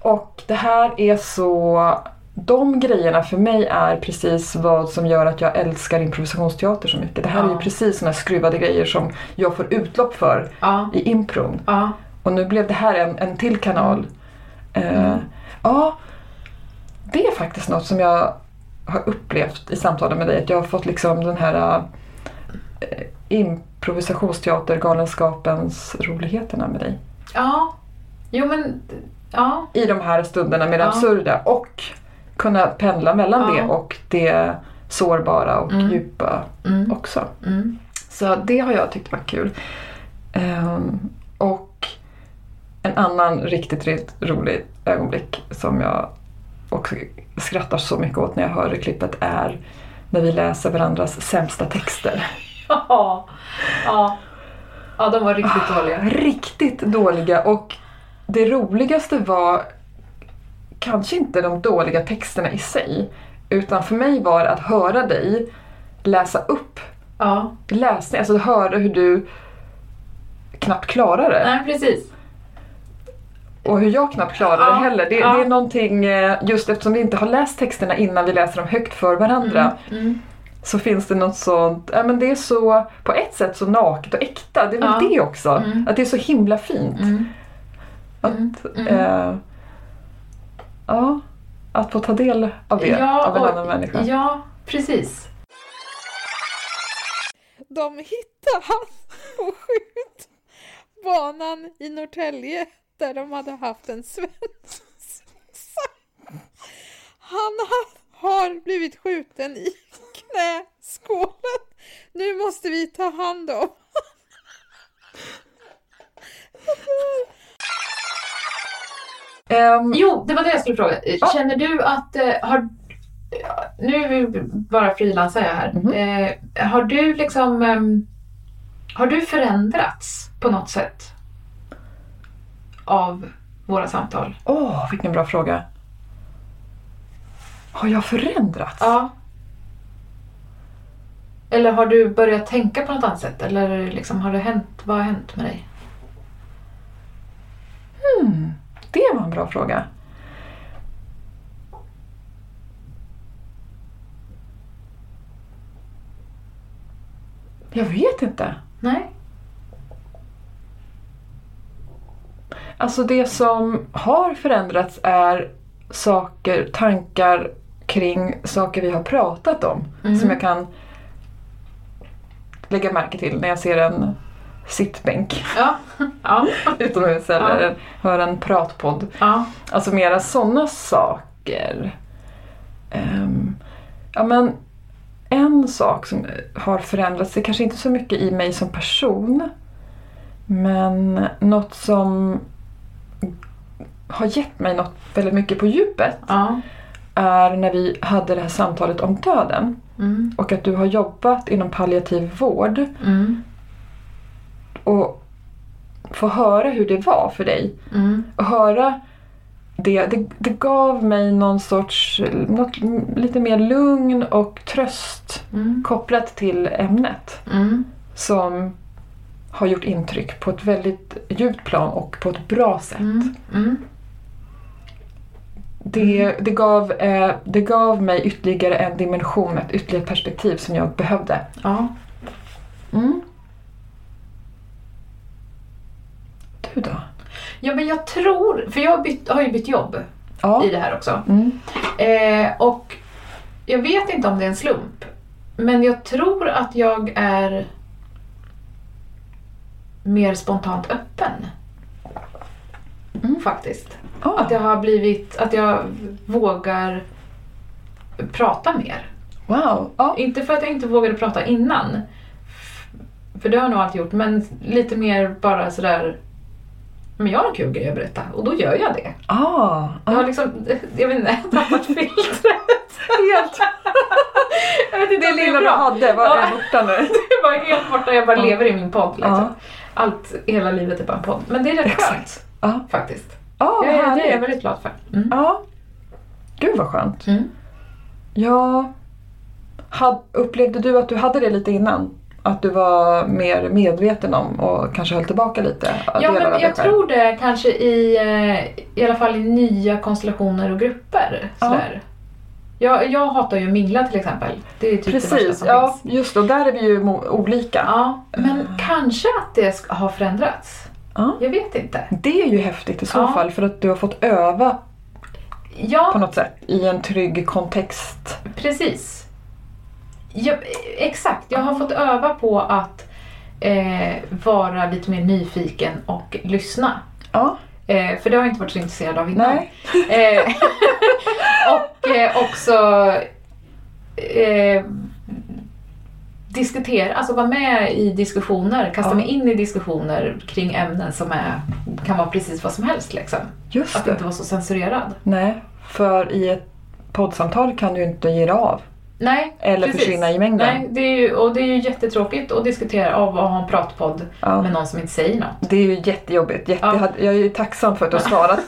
B: Och det här är så... De grejerna för mig är precis vad som gör att jag älskar improvisationsteater så mycket. Det här är ju
A: Ja.
B: precis såna skruvade grejer som jag får utlopp för
A: Ja.
B: i impron.
A: Ja.
B: Och nu blev det här en, en till kanal.
A: Mm.
B: Eh, ja, det är faktiskt något som jag har upplevt i samtalen med dig. Att jag har fått liksom den här eh, improvisationsteatergalenskapens roligheterna med dig.
A: Ja. Jo, men... Ja.
B: I de här stunderna med det
A: Ja.
B: absurda och kunna pendla mellan
A: Ja.
B: det och det sårbara och
A: Mm.
B: djupa
A: Mm.
B: också.
A: Mm. *laughs*
B: Så det har jag tyckt varit kul. Ehm, och en annan riktigt, riktigt rolig ögonblick som jag också skrattar så mycket åt när jag hör i klippet är när vi läser varandras sämsta texter.
A: Ja. Ja. Ja, de var
B: Ah.
A: riktigt dåliga.
B: Riktigt dåliga och det roligaste var kanske inte de dåliga texterna i sig utan för mig var att höra dig läsa upp
A: Ja.
B: läsning, alltså höra hur du knappt klarar det.
A: Nej, precis.
B: Och hur jag knappt klarar det
A: Ja,
B: heller. Det,
A: ja.
B: det är någonting, eh, just eftersom vi inte har läst texterna innan vi läser dem högt för varandra
A: Mm.
B: så finns det något sånt, ja men det är så, på ett sätt så naket och äkta. Det är väl
A: Ja.
B: det också.
A: Mm.
B: Att det är så himla fint.
A: Mm.
B: Att,
A: Mm.
B: eh, ja, att få ta del av det
A: Ja,
B: av en
A: och-
B: annan människa.
A: Ja, precis.
G: De hittade han på skjutbanan i Norrtälje där de hade haft en svensk. Han ha- har blivit skjuten i knäskålen. Nu måste vi ta hand om
B: Ehm,
A: Jo, det var det jag skulle fråga.
B: Ja.
A: Känner du att... Eh, har, ja, nu bara frilansar jag här.
B: Mhm.
A: Eh, har du liksom... ehm, har du förändrats på något sätt? Av våra samtal?
B: Åh, vilken bra fråga. Har jag förändrats?
A: Ja. Eller har du börjat tänka på något annat sätt? Eller liksom, har det hänt? Vad har hänt med dig?
B: Det var en bra fråga. Jag vet inte.
A: Nej?
B: Alltså det som har förändrats är saker, tankar kring saker vi har pratat om. Som jag kan lägga märke till när jag ser en sittbänk *laughs*
A: Ja. *laughs* Ja.
B: utomhus eller en- hör en pratpodd.
A: ja.
B: Alltså mera sådana saker. Ehm, ja men en sak som har förändrats, det kanske inte så mycket i mig som person. Men något som har gett mig något väldigt mycket på djupet
A: ja.
B: är när vi hade det här samtalet om döden
A: Mm.
B: och att du har jobbat inom palliativ vård
A: Mm.
B: och få höra hur det var för dig.
A: Mm.
B: att höra det, det, det gav mig någon sorts, något lite mer lugn och tröst
A: Mm.
B: kopplat till ämnet
A: Mm.
B: som har gjort intryck på ett väldigt djupt plan och på ett bra sätt.
A: Mm. Mm.
B: Det, det, gav, eh, det gav mig ytterligare en dimension, ett ytterligare perspektiv som jag behövde.
A: Ja.
B: Mm. Du då?
A: Ja, men jag tror, för jag har, bytt, har ju bytt jobb
B: Ja.
A: i det här också.
B: Mm.
A: Eh, och jag vet inte om det är en slump, men jag tror att jag är mer spontant öppen. Faktiskt.
B: Ah,
A: Att jag har blivit, att jag vågar prata mer.
B: wow. Ja.
A: Inte för att jag inte vågade prata innan, f- för det har jag nog alltid gjort, men lite mer bara sådär, men jag har en kul grej att berätta och då gör jag det.
B: Ah,
A: Jag har
B: ah.
A: liksom, jag vet inte, *laughs* tappat filtret.
B: Helt.
A: *laughs* Jag vet inte
B: Det
A: om det är
B: lilla du
A: bra.
B: hade var
A: Ja.
B: är borta nu.
A: Det var helt borta, jag bara lever i min podd liksom.
B: Ja.
A: Allt, hela livet är bara en podd. Men det är rätt skönt
B: Ja.
A: faktiskt.
B: Ja,
A: Jag är,
B: vad
A: det är jag
B: härligt.
A: väldigt glad för. Mm.
B: Ja. Gud vad skönt.
A: Mm.
B: Ja. Had, upplevde du att du hade det lite innan? Att du var mer medveten om och kanske höll tillbaka lite?
A: Ja,
B: delar av
A: men
B: dig
A: jag
B: själv?
A: tror det kanske i, eh, i alla fall i nya konstellationer och grupper.
B: Ja.
A: Sådär. Jag, jag hatar ju att mingla till exempel. Det är typ det värsta
B: Precis,
A: som
B: ja
A: finns.
B: just det. Och Där är vi ju mo- olika.
A: Ja, men kanske att det sk- har förändrats.
B: Ja.
A: Jag vet inte.
B: Det är ju häftigt i så
A: Ja.
B: fall för att du har fått öva
A: Ja,
B: på något sätt i en trygg kontext.
A: Precis. Ja, exakt, jag har fått öva på att eh, vara lite mer nyfiken och lyssna.
B: Ja,
A: Eh, för det har jag inte varit så intresserad av innan.
B: nej.
A: Eh, *laughs* och eh, också eh, diskutera, alltså vara med i diskussioner, kasta
B: Ja.
A: mig in i diskussioner kring ämnen som är, kan vara precis vad som helst. Liksom.
B: Just
A: Att
B: det.
A: inte vara så censurerad.
B: Nej, för i ett poddsamtal kan du ju inte ge dig av.
A: Nej,
B: Eller försvinna i mängden.
A: Nej, det är ju, och det är ju jättetråkigt att diskutera av och ha en pratpodd
B: Ja.
A: med någon som inte säger
B: *laughs*
A: något.
B: Det är ju jättejobbigt. Jätte,
A: Ja.
B: Jag är ju tacksam för att du har svarat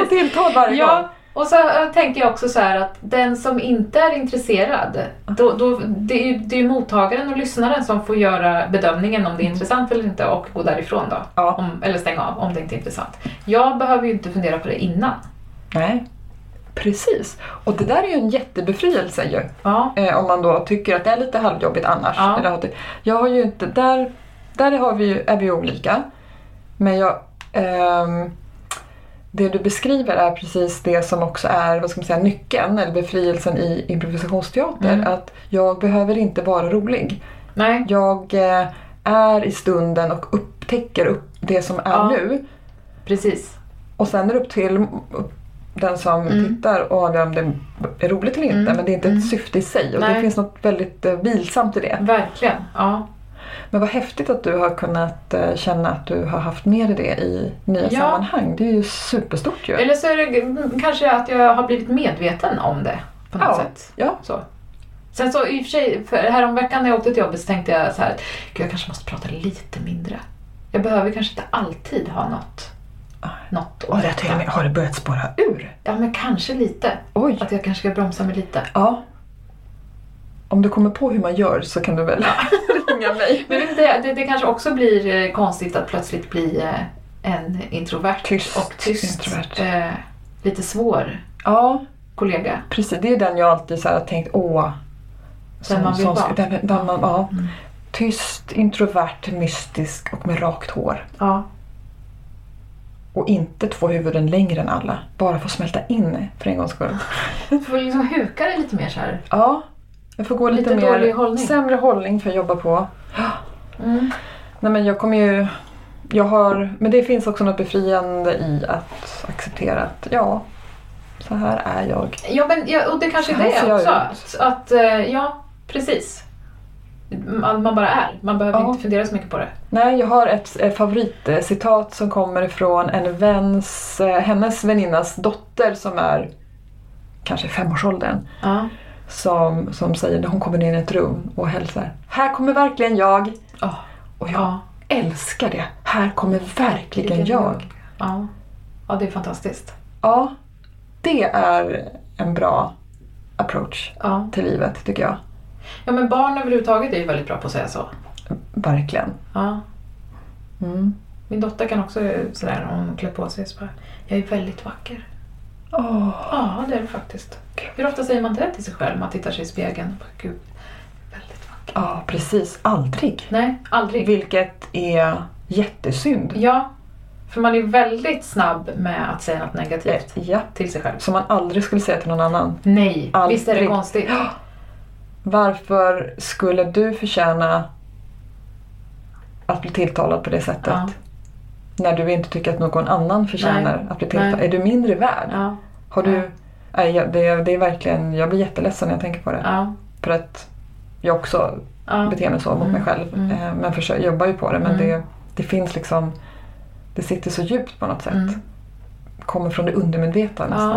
B: på tilltal varje gång.
A: Ja, och så äh, tänker jag också så här att den som inte är intresserad, då, då, det, är ju, det är ju mottagaren och lyssnaren som får göra bedömningen om det är intressant eller inte och gå därifrån då.
B: Ja.
A: Om, eller stänga av om det inte är intressant. Jag behöver ju inte fundera på det innan.
B: Nej. Precis. Och det där är ju en jättebefrielse ju.
A: Ja,
B: Eh, om man då tycker att det är lite halvjobbigt annars.
A: Ja.
B: Eller att det- jag har ju inte, där där har vi, ju- är vi ju olika. Men jag, ehm, det du beskriver är precis det som också är vad ska man säga, nyckeln eller befrielsen i improvisationsteater.
A: Mm.
B: Att jag behöver inte vara rolig.
A: nej.
B: Jag eh, är i stunden och upptäcker upp det som är
A: Ja.
B: nu.
A: Precis.
B: Och sen är det upp till upp den som tittar och avgör om det är roligt eller inte. Men det är inte ett syfte i sig. Och det
A: Nej.
B: finns något väldigt eh, vilsamt i det.
A: Verkligen. Ja.
B: Men vad häftigt att du har kunnat eh, känna att du har haft med dig det i nya
A: Ja.
B: sammanhang. Det är ju superstort ju.
A: Eller så är det g- kanske att jag har blivit medveten om det på något
B: Ja.
A: sätt.
B: Ja.
A: Så. Sen så i och för sig, för häromveckan när jag åkte till jobbet så tänkte jag så här, Gud, jag kanske måste prata lite mindre. Jag behöver kanske inte alltid ha något, något
B: Och
A: att
B: jag till och med,
A: berätta.
B: har det börjat spåra ur?
A: Ja, men kanske lite.
B: Oj!
A: Att jag kanske ska bromsa mig lite.
B: Ja. Om du kommer på hur man gör så kan du väl ringa mig.
A: Men jag vet inte, det, det kanske också blir eh, konstigt att plötsligt bli eh, en introvert
B: Tyst
A: och tyst,
B: introvert.
A: eh, lite svår
B: Ja,
A: kollega.
B: Precis, det är den jag alltid så här har tänkt, åh. som-
A: man vill
B: som-
A: vara. Mm.
B: Den, den man, ja. Tyst, introvert, mystisk och med rakt hår.
A: Ja,
B: och inte två huvuden längre än alla. Bara få smälta in för en
A: *laughs*
B: gångs skull.
A: Du får liksom huka dig lite mer så här.
B: Ja, jag får gå lite,
A: Lite
B: mer
A: dålig hållning.
B: sämre hållning för att jobba på.
A: Mm.
B: Nej men jag kommer ju... Jag har, men det finns också något befriande i att acceptera att ja, så här är jag.
A: Ja, men, ja, och det kanske
B: Så här
A: det
B: ser
A: är
B: jag
A: också.
B: ut.
A: Att, att, eh, ja, precis. Man, man bara är. Man behöver
B: Ja.
A: inte fundera så mycket på det.
B: Nej, jag har ett eh, favoritcitat som kommer från en väns, eh, hennes väninnas dotter som är kanske i femårsåldern.
A: Ja.
B: Som, som säger när hon kommer ner i ett rum och hälsar. Här kommer verkligen jag.
A: Ja.
B: Och jag
A: Ja.
B: älskar det. Här kommer verkligen jag.
A: Ja. ja, det är fantastiskt.
B: Ja, det är en bra approach
A: Ja.
B: till livet tycker jag.
A: ja, men barn överhuvudtaget är ju väldigt bra på att säga så.
B: Verkligen.
A: Ja.
B: Mm.
A: Min dotter kan också eh, sådär, hon klär på sig så bara, jag är väldigt vacker.
B: Åh,
A: Ja, det är det faktiskt. Hur ofta säger man det till sig själv? Man tittar sig i spegeln och bara, gud, väldigt vacker.
B: Ja, precis. Aldrig.
A: Nej, aldrig.
B: Vilket är jättesynd.
A: Ja, för man är väldigt snabb med att säga något negativt
B: Eh, Ja,
A: till sig själv.
B: som man aldrig skulle säga till någon annan.
A: Nej,
B: Aldrig.
A: visst är det konstigt?
B: Varför skulle du förtjäna att bli tilltalad på det sättet?
A: Ja.
B: När du inte tycker att någon annan förtjänar
A: Nej.
B: att bli tilltalad.
A: Nej.
B: Är du mindre värd?
A: Ja,
B: Har du...
A: Ja.
B: Nej, jag, det, det är verkligen... Jag blir jätteledsen när jag tänker på det.
A: ja,
B: För att jag också
A: ja.
B: beter mig så mot
A: Mm,
B: mig själv.
A: mm.
B: Eh, Men försöker, jobbar ju på det. Men
A: Mm.
B: det, det finns liksom... Det sitter så djupt på något sätt.
A: Mm.
B: Kommer från det undermedvetna nästan.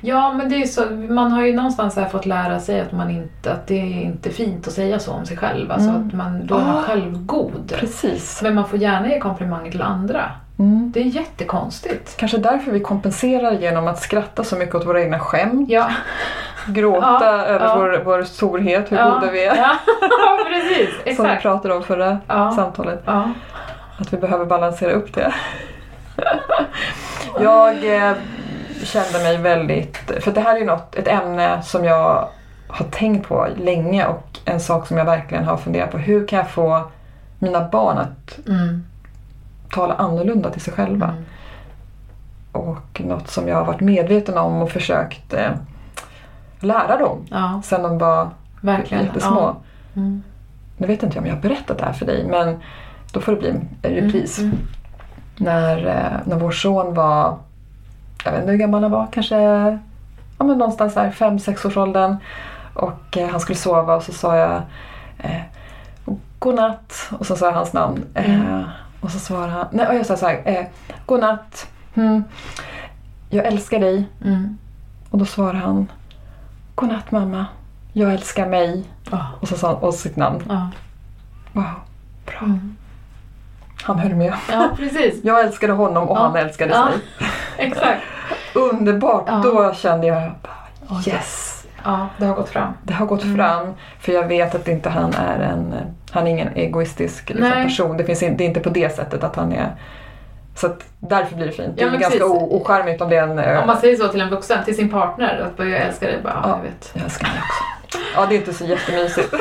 A: Ja. ja, men det är ju så. Man har ju någonstans här fått lära sig att, man inte, att det är inte fint att säga så om sig själv. Alltså
B: Mm.
A: att man då är man
B: Ah.
A: självgod.
B: Precis.
A: Men man får gärna ge komplimanger till andra.
B: Mm.
A: Det är jättekonstigt.
B: Kanske därför vi kompenserar genom att skratta så mycket åt våra egna skämt.
A: Ja,
B: Gråta
A: Ja,
B: över
A: ja.
B: Vår, vår storhet, hur
A: ja,
B: goda vi är.
A: Ja, *laughs* precis.
B: Som vi
A: Exakt.
B: pratade om förra
A: Ja.
B: samtalet.
A: Ja.
B: Att vi behöver balansera upp det.
A: *laughs*
B: jag eh, kände mig väldigt... För det här är ju något, ett ämne som jag har tänkt på länge och en sak som jag verkligen har funderat på. Hur kan jag få mina barn att
A: Mm.
B: tala annorlunda till sig själva?
A: Mm.
B: Och något som jag har varit medveten om och försökt eh, lära dem
A: Ja,
B: sen de var
A: verkligen.
B: jättesmå.
A: Ja. Mm.
B: Nu vet inte jag om jag har berättat det här för dig men då får det bli en repris.
A: Mm.
B: När, eh, när vår son var, jag vet inte hur gammal han var, kanske ja, men någonstans där 5-6 års åldern. Och eh, han skulle sova och så sa jag eh, godnatt och så sa jag hans namn.
A: Mm.
B: Eh, och så svarade han, nej och jag sa så här, eh, godnatt, mm, jag älskar dig.
A: Mm.
B: Och då svarade han, godnatt mamma, jag älskar mig.
A: Ja.
B: Och så sa han och sitt namn.
A: Ja.
B: Wow, bra.
A: Mm.
B: Han höll med.
A: ja, precis.
B: Jag älskade honom och
A: Ja.
B: han älskade
A: Ja.
B: sig.
A: *laughs* Exakt.
B: Underbart!
A: Ja.
B: Då kände jag bara,
A: Ja, Mm.
B: yes!
A: Ja, det har gått fram.
B: Det har gått fram. För jag vet att inte han är en... eh, Han är ingen egoistisk liksom,
A: Nej.
B: person. Det, finns in, det är inte på det sättet att han är... Så att därför blir det fint.
A: Ja,
B: det är
A: men
B: ganska
A: precis.
B: o- ocharmigt om det är en... eh,
A: Om man säger så till en vuxen, till sin partner, att bara, jag älskar dig, bara, ja,
B: Ja.
A: jag vet.
B: Jag älskar dig också. Ja, det är inte så jättemysigt.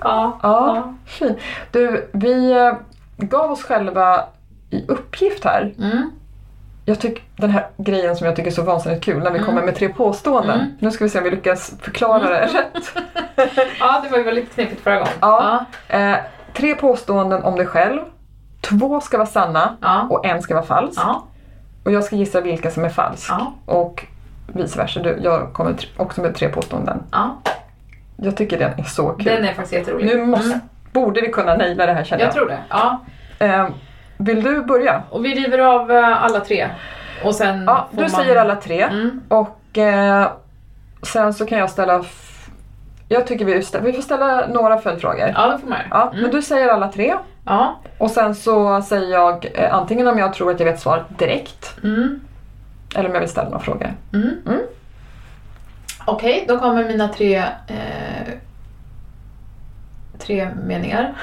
A: Ja.
B: Ja, fint. Du, vi eh, gav oss själva i uppgift här
A: Mm.
B: Jag tycker den här grejen som jag tycker är så vansinnigt kul när vi kommer med tre påståenden.
A: Mm.
B: Nu ska vi se om vi lyckas förklara det rätt.
A: *laughs* ja, det var ju väldigt knepigt förra gången.
B: Ja. Eh, tre påståenden om dig själv. Två ska vara sanna
A: Ja.
B: och en ska vara falsk.
A: Ja.
B: Och jag ska gissa vilka som är falsk.
A: Ja.
B: Och vice versa. Du, jag kommer tr- också med tre påståenden.
A: ja.
B: Jag tycker den är så kul.
A: Den är faktiskt jätterolig.
B: Nu måste,
A: Mm.
B: borde vi kunna naila det här känner
A: Jag
B: jag.
A: tror det. Ja.
B: Eh, vill du börja?
A: Och vi river av eh, alla tre. Och sen
B: Ja,
A: får
B: du
A: man...
B: säger alla tre.
A: Mm.
B: Och eh, sen så kan jag ställa... f- Jag tycker vi, stä- vi får ställa några följdfrågor. Ja.
A: Ja, det får man göra.
B: Men du säger alla tre.
A: Ja.
B: Och sen så säger jag eh, antingen om jag tror att jag vet svaret direkt
A: Mm.
B: eller om jag vill ställa några frågor.
A: Mm.
B: Mm.
A: Okej, då kommer mina tre... Eh, tre meningar.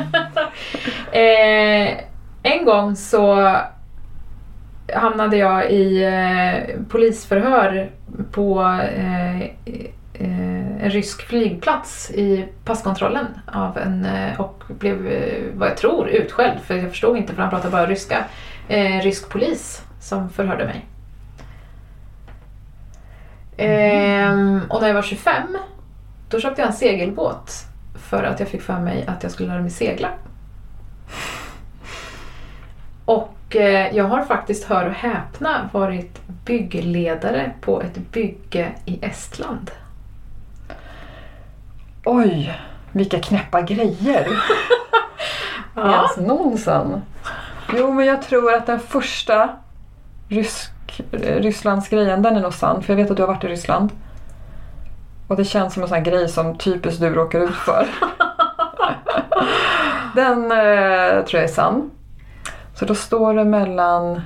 A: *laughs* eh, en gång så hamnade jag i eh, polisförhör på eh, eh, en rysk flygplats i passkontrollen av en, eh, och blev, eh, vad jag tror, utskälld. För jag förstod inte för han pratade bara ryska. Eh, rysk polis som förhörde mig. Ehm, och när jag var 25 då köpte jag en segelbåt för att jag fick för mig att jag skulle lära mig segla. Och eh, jag har faktiskt, hör och häpna, varit byggledare på ett bygge i Estland.
B: Oj, vilka knäppa grejer. Ja. Jens Nonsson. Jo, men jag tror att den första rysk, eh, Rysslandsgrejen, den är nog sann. För jag vet att du har varit i Ryssland. Och det känns som en sån här grej som typiskt du råkar ut för. den eh, tror jag är sann. Så då står det mellan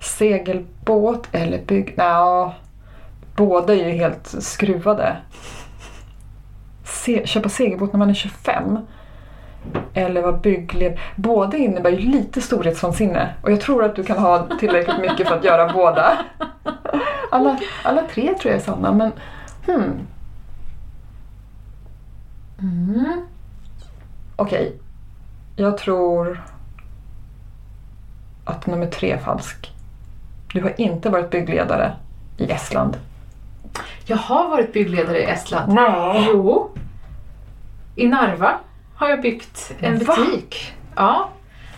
B: segelbåt eller bygg... Nja, båda är ju helt skruvade. Se, köpa segelbåt när man är 25 eller vara bygglev. Båda innebär ju lite storhetsvansinne och jag tror att du kan ha tillräckligt mycket för att göra båda. Alla, alla tre tror jag är sanna men hmm.
A: Mm.
B: Okej. Jag tror att nummer tre är falsk. Du har inte varit byggledare i Estland.
A: Jag har varit byggledare i Estland.
B: Nej.
A: Jo. I Narva har jag byggt en
B: Va?
A: butik. Ja,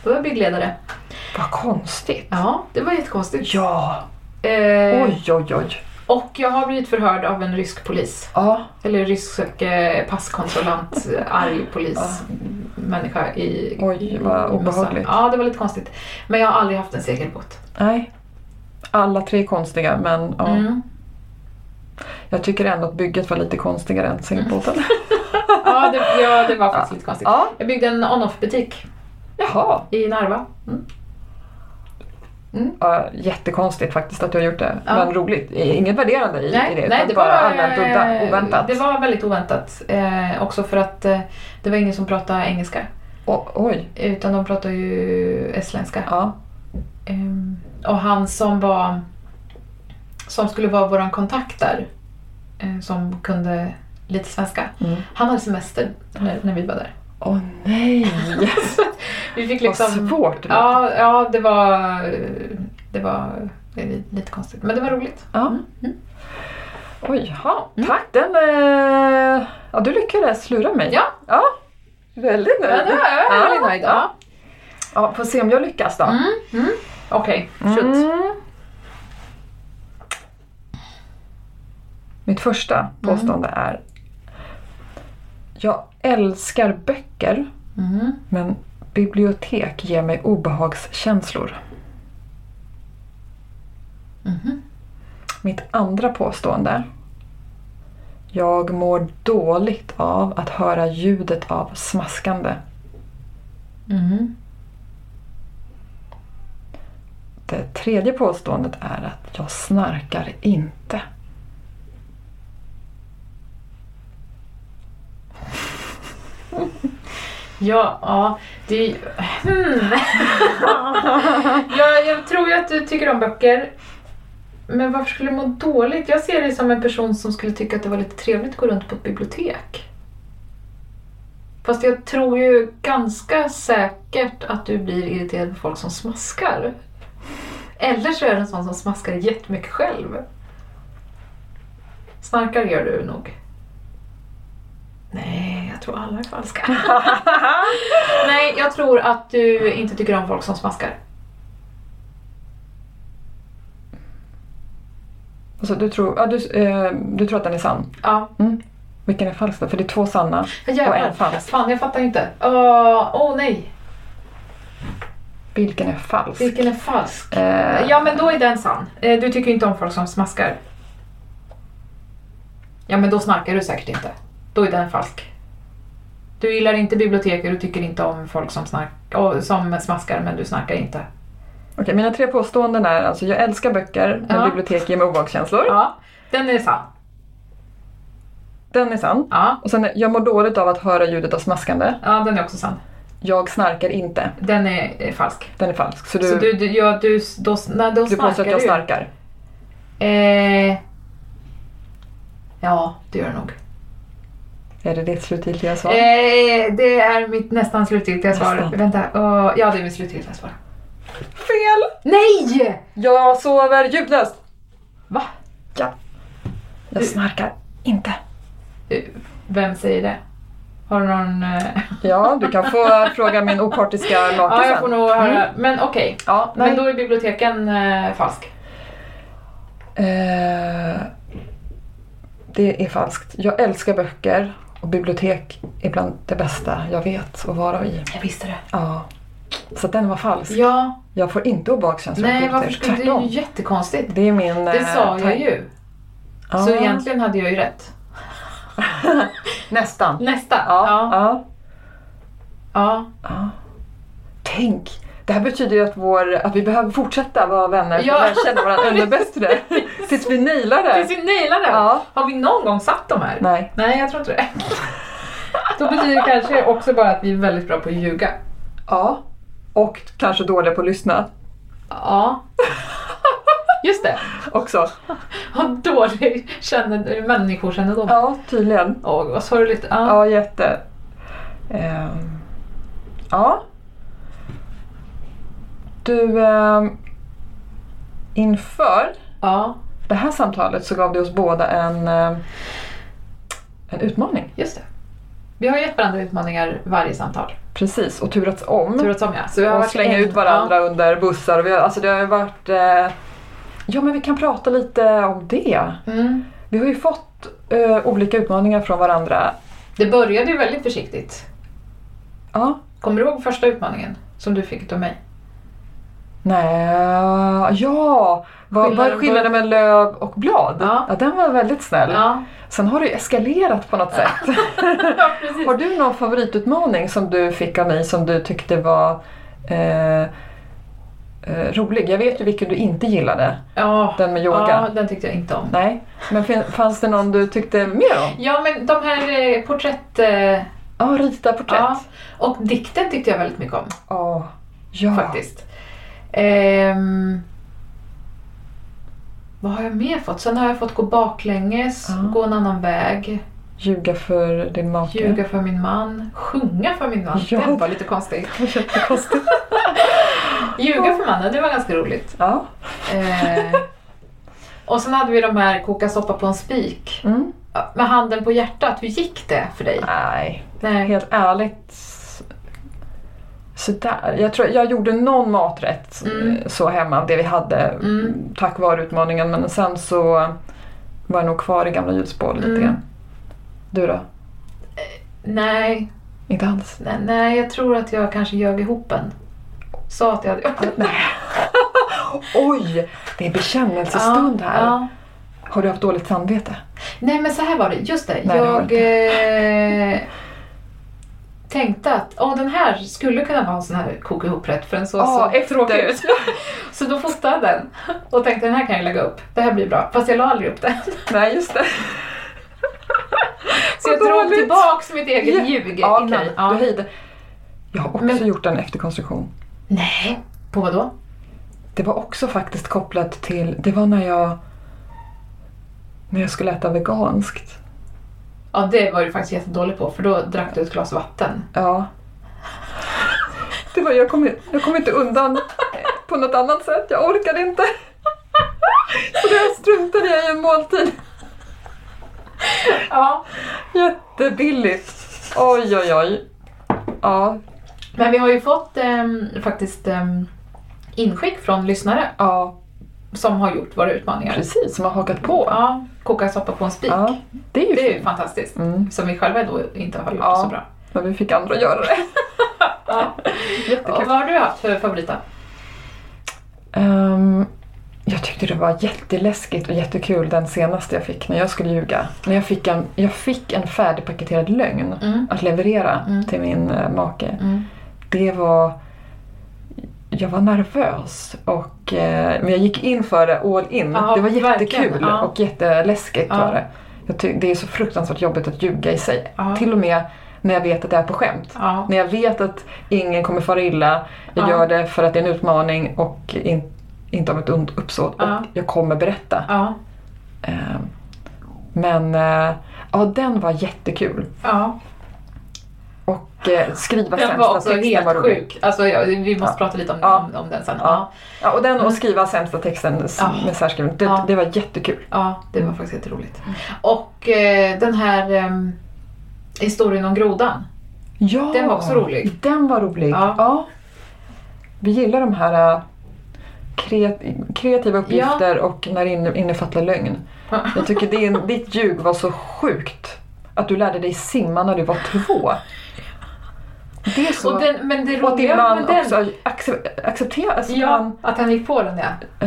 A: då var jag byggledare.
B: Vad konstigt.
A: Ja, det var jättekonstigt.
B: Ja.
A: Eh,
B: Oj, oj, oj.
A: och jag har blivit förhörd av en rysk polis.
B: Ja.
A: Eller rysk eh,
B: *laughs*
A: passkontrollant, arg polis, människa i
B: Oj, vad
A: i
B: obehagligt.
A: mössa. Ja, det var lite konstigt. Men jag har aldrig haft en segelbåt.
B: Nej. Alla tre är konstiga men ja.
A: Mm.
B: Jag tycker ändå att bygget var lite konstigare än segelbåten.
A: Ja, det, ja, det var faktiskt lite konstigt.
B: Ja.
A: Jag byggde en on-off butik
B: Jaha.
A: i Narva.
B: Ja, jättekonstigt faktiskt att du har gjort det.
A: Ja.
B: Men roligt. Inget värderande i, i det. utan
A: det
B: bara
A: var, eh,
B: allmänt odda- oväntat.
A: Det var väldigt oväntat. Eh, också för att eh, det var ingen som pratade engelska.
B: O- oj.
A: Utan de pratade ju estländska.
B: Ja.
A: Ehm, och han som var som skulle vara våran kontakt där eh, som kunde lite svenska.
B: Mm.
A: Han hade semester när, när vi var där. *laughs*
B: Åh nej.
A: Vi fick
B: Vad
A: liksom...
B: svårt det var.
A: Ja, ja, det var... eh, Det var eh, lite konstigt. Men det var roligt.
B: Ja.
A: mm.
B: Oj, ja. Tack. Den, eh, ja, du lyckades slura mig.
A: Ja.
B: ja. Väldigt
A: Men det
B: nöjd.
A: var jag är väldigt nöjd. Ja.
B: Ja, får se om jag lyckas då.
A: Mm. Okej, shoot.
B: Mm. Mitt första påstående
A: Mm.
B: är Jag älskar böcker
A: Mm.
B: men bibliotek ger mig obehagskänslor.
A: mhm,
B: Mitt andra påstående Jag mår dåligt av att höra ljudet av smaskande.
A: Mm.
B: Det tredje påståendet är att jag snarkar inte.
A: Ja, ja, det är ju... Hmm. *laughs* jag, jag tror ju att du tycker om böcker. Men varför skulle du må dåligt? Jag ser dig som en person som skulle tycka att det var lite trevligt att gå runt på ett bibliotek. Fast jag tror ju ganska säkert att du blir irriterad på folk som smaskar. Eller så är du en sån som smaskar jättemycket själv. Snarkar gör du nog. Nej, jag tror alla är falska. Nej, jag tror att du inte tycker om folk som smaskar.
B: Alltså, du, tror, ja, du, eh, du tror att den är sann?
A: Ja,
B: Vilken är falsk då? För det är två sanna.
A: jävlar.
B: Och en falsk.
A: Fan, jag fattar inte. Åh, åh nej,
B: Vilken är falsk?
A: vilken är falsk?
B: Eh,
A: Ja, men då är den sann. Eh, Du tycker inte om folk som smaskar. Ja, men då snarkar du säkert inte. Då är den falsk. Du gillar inte bibliotek och du tycker inte om folk som, snark, åh, som smaskar, men du snarkar inte.
B: Okej, mina tre påståenden är alltså jag älskar böcker men
A: Ja.
B: bibliotek ger mig obehagskänslor.
A: Ja, den är sann.
B: Den är sann.
A: Ja,
B: Och sen är, jag mår dåligt av att höra ljudet av smaskande.
A: ja den är också sann.
B: Jag snarkar inte.
A: Den är eh, falsk.
B: Den är falsk. Så du,
A: Så
B: du,
A: du, du, ja, du, då, nej, då
B: påstår att
A: snarkar
B: jag
A: du.
B: snarkar.
A: Eh, ja, det gör jag nog.
B: Är det ditt slutgiltiga svar?
A: Eh, det är mitt nästan slutgiltiga svar.
B: Nästan.
A: Vänta, åh, ja det är mitt slutgiltiga svar.
B: Fel!
A: Nej!
B: Jag sover djuplöst.
A: Va?
B: Ja. Jag snarkar inte.
A: Vem säger det? Har du någon... eh,
B: Ja, du kan få fråga min opartiska lake
A: *laughs* Ja, jag
B: sen. Mm.
A: får nog höra. Men okej.
B: Ja, nej.
A: Men då är biblioteken eh, falsk.
B: Eh, det är falskt. Jag älskar böcker och bibliotek är bland det bästa jag vet att vara i.
A: Jag visste det.
B: Ja. Så den var falsk.
A: Ja.
B: Jag får inte obehagskänsla av
A: Nej,
B: bibliotek.
A: varför skulle du? Det är ju
B: Tvärtom.
A: jättekonstigt.
B: Det är min...
A: Det
B: eh,
A: sa jag
B: tank-
A: ju.
B: Ja.
A: Så egentligen hade jag ju rätt.
B: Nästan.
A: Nästa.
B: Ja.
A: Ja.
B: ja.
A: ja.
B: ja. Tänk. Det här betyder ju att, vår, att vi behöver fortsätta vara vänner
A: Ja.
B: för att lära känna
A: *laughs*
B: varandra ännu bättre. Tills vi nailar det.
A: Tills vi nailade.
B: Ja.
A: Har vi någon gång satt de här?
B: Nej.
A: Nej, jag tror inte det. Då betyder det kanske också bara att vi är väldigt bra på att ljuga.
B: Ja. Och kanske dåliga på att lyssna
A: Ja. Just det.
B: också.
A: Ha dålig känne- människokännedom. Ja.
B: Ja, tydligen.
A: vad sorgligt. Ja.
B: Ja, jätte. Ehm, ja. Du, ehm, inför
A: ja,
B: det här samtalet så gav du oss båda en, ehm, en utmaning.
A: just det. Vi har gett varandra utmaningar varje samtal.
B: Precis, och turats om.
A: Turats om ja. Mm. Så vi har
B: och
A: varit
B: slänga
A: en-
B: ut varandra under bussar. Och vi har, alltså det har ju varit... Eh, ja, men vi kan prata lite om det.
A: Ja. Mm.
B: Vi har ju fått eh, olika utmaningar från varandra.
A: Det började ju väldigt försiktigt.
B: Ja.
A: Kommer du ihåg första utmaningen som du fick av mig?
B: Nej, ja! Vad vad är
A: Skillnaden
B: skillnaden mellan löv och blad?
A: Ja.
B: den var väldigt snäll.
A: Ja,
B: Sen har det ju eskalerat på något sätt.
A: *laughs* ja precis.
B: har du någon favoritutmaning som du fick av mig som du tyckte var eh, eh, rolig? Jag vet ju vilken du inte gillade,
A: Ja,
B: den med yoga.
A: ja, den tyckte jag inte om.
B: Nej, men fin- fanns det någon du tyckte mer om?
A: Ja, men de här eh, porträtt... Eh,
B: Ja, rita porträtt.
A: ja. Och dikten tyckte jag väldigt mycket om.
B: Ja. ja.
A: faktiskt. Ehm, vad har jag mer fått? Sen har jag fått gå baklänges,
B: Ja.
A: gå en annan väg,
B: Ljuga för din make.
A: ljuga för min man, sjunga för min man.
B: Ja.
A: Det var lite konstigt.
B: Jättekonstigt.
A: Ljuga för mannen, det var ganska roligt.
B: *laughs* ja.
A: Ehm, och sen hade vi de här koka soppa på en spik.
B: Mm.
A: Med handen på hjärtat, hur gick det för dig?
B: Nej.
A: Nej.
B: Helt ärligt s- sådär. Jag, tror, jag gjorde någon maträtt
A: Mm.
B: eh, så hemma, det vi hade,
A: Mm.
B: tack vare utmaningen. Men sen så var jag nog kvar i gamla hjulspår lite
A: Mm.
B: grann. Du då?
A: Nej,
B: Inte alls?
A: nej, nej, jag tror att jag kanske ljög ihop en. Sa att jag hade...
B: Nej. Oj, det är bekännelsestund här.
A: Ja.
B: Har du haft dåligt samvete?
A: Nej men så här var det, just det.
B: Nej, det var
A: jag eh, tänkte att åh, den här skulle kunna vara en sån här koka ihop-rätt för den såg
B: Ja,
A: så
B: efter.
A: tråkig ut. så då fotade jag den och tänkte den här kan jag lägga upp, det här blir bra. Fast jag la aldrig upp den.
B: *laughs* Nej, just det.
A: Så jag
B: Vad
A: drog
B: dåligt.
A: tillbaks mitt eget
B: Ja.
A: ljug
B: Ja,
A: innan.
B: okej.
A: Ja.
B: Du hejde. Jag har också
A: Men-
B: gjort en efterkonstruktion.
A: Nej, på vad då?
B: Det var också faktiskt kopplat till, det var när jag när jag skulle äta veganskt.
A: Ja det var du faktiskt jättedålig på för då drack du ett glas vatten.
B: Ja. Det var, jag, kom, jag kom inte undan på något annat sätt, jag orkade inte. Så det struntade jag i en måltid.
A: Ja.
B: Jättebilligt. Oj, oj, oj. Ja,
A: Men vi har ju fått ehm, faktiskt ehm, inskick från lyssnare
B: ja,
A: som har gjort våra utmaningar.
B: precis. Som har hakat på.
A: Ja, koka soppa på en spik.
B: Ja, det är ju
A: Det är ju
B: fint.
A: fantastiskt.
B: Mm.
A: Som vi själva då inte har gjort
B: Ja.
A: så bra.
B: Men vi fick andra att göra det.
A: Och vad har du haft för favorita?
B: Ehm, jag tyckte det var jätteläskigt och jättekul den senaste jag fick när jag skulle ljuga. När jag fick en, jag fick en färdigpaketerad lögn
A: Mm.
B: att leverera
A: Mm.
B: till min eh, make.
A: Mm.
B: Det var... Jag var nervös, och, eh, men jag gick in för det all in.
A: Ja,
B: det var jättekul
A: verkligen. Ja.
B: och jätteläskigt
A: Ja.
B: var det. Jag ty- det är så fruktansvärt jobbigt att ljuga i sig.
A: Ja.
B: Till och med när jag vet att det är på skämt.
A: Ja.
B: När jag vet att ingen kommer fara illa, jag
A: Ja.
B: gör det för att det är en utmaning och in, inte av ett ont uppsåt
A: Ja.
B: och jag kommer berätta.
A: Ja.
B: Eh, Men eh, Ja, den var jättekul.
A: Ja.
B: Och eh, skriva
A: Den
B: sämsta
A: var också
B: texten
A: helt
B: var rolig.
A: sjuk. Alltså, ja, vi måste prata lite om,
B: Ja.
A: om, om den sen.
B: Ja.
A: Ja. Mm.
B: Ja, och den och skriva sämsta texten s-
A: Ja.
B: med särskriven. Det,
A: Ja.
B: det var jättekul.
A: ja, det
B: Mm.
A: var faktiskt jätteroligt. Och eh, den här ehm, historien om grodan.
B: Ja,
A: Den var också rolig.
B: Den var rolig.
A: Ja.
B: Vi gillar de här eh, kreat- kreativa uppgifter och när det inne- innefattar lögn.
A: Ja.
B: Jag tycker din, ditt ljug var så sjukt. Att du lärde dig simma när du var två. Det är så...
A: Och den, men det
B: och att din
A: roliga
B: man
A: med den...
B: också accep- accepterar... Alltså
A: Ja,
B: han,
A: att han gick på den ja.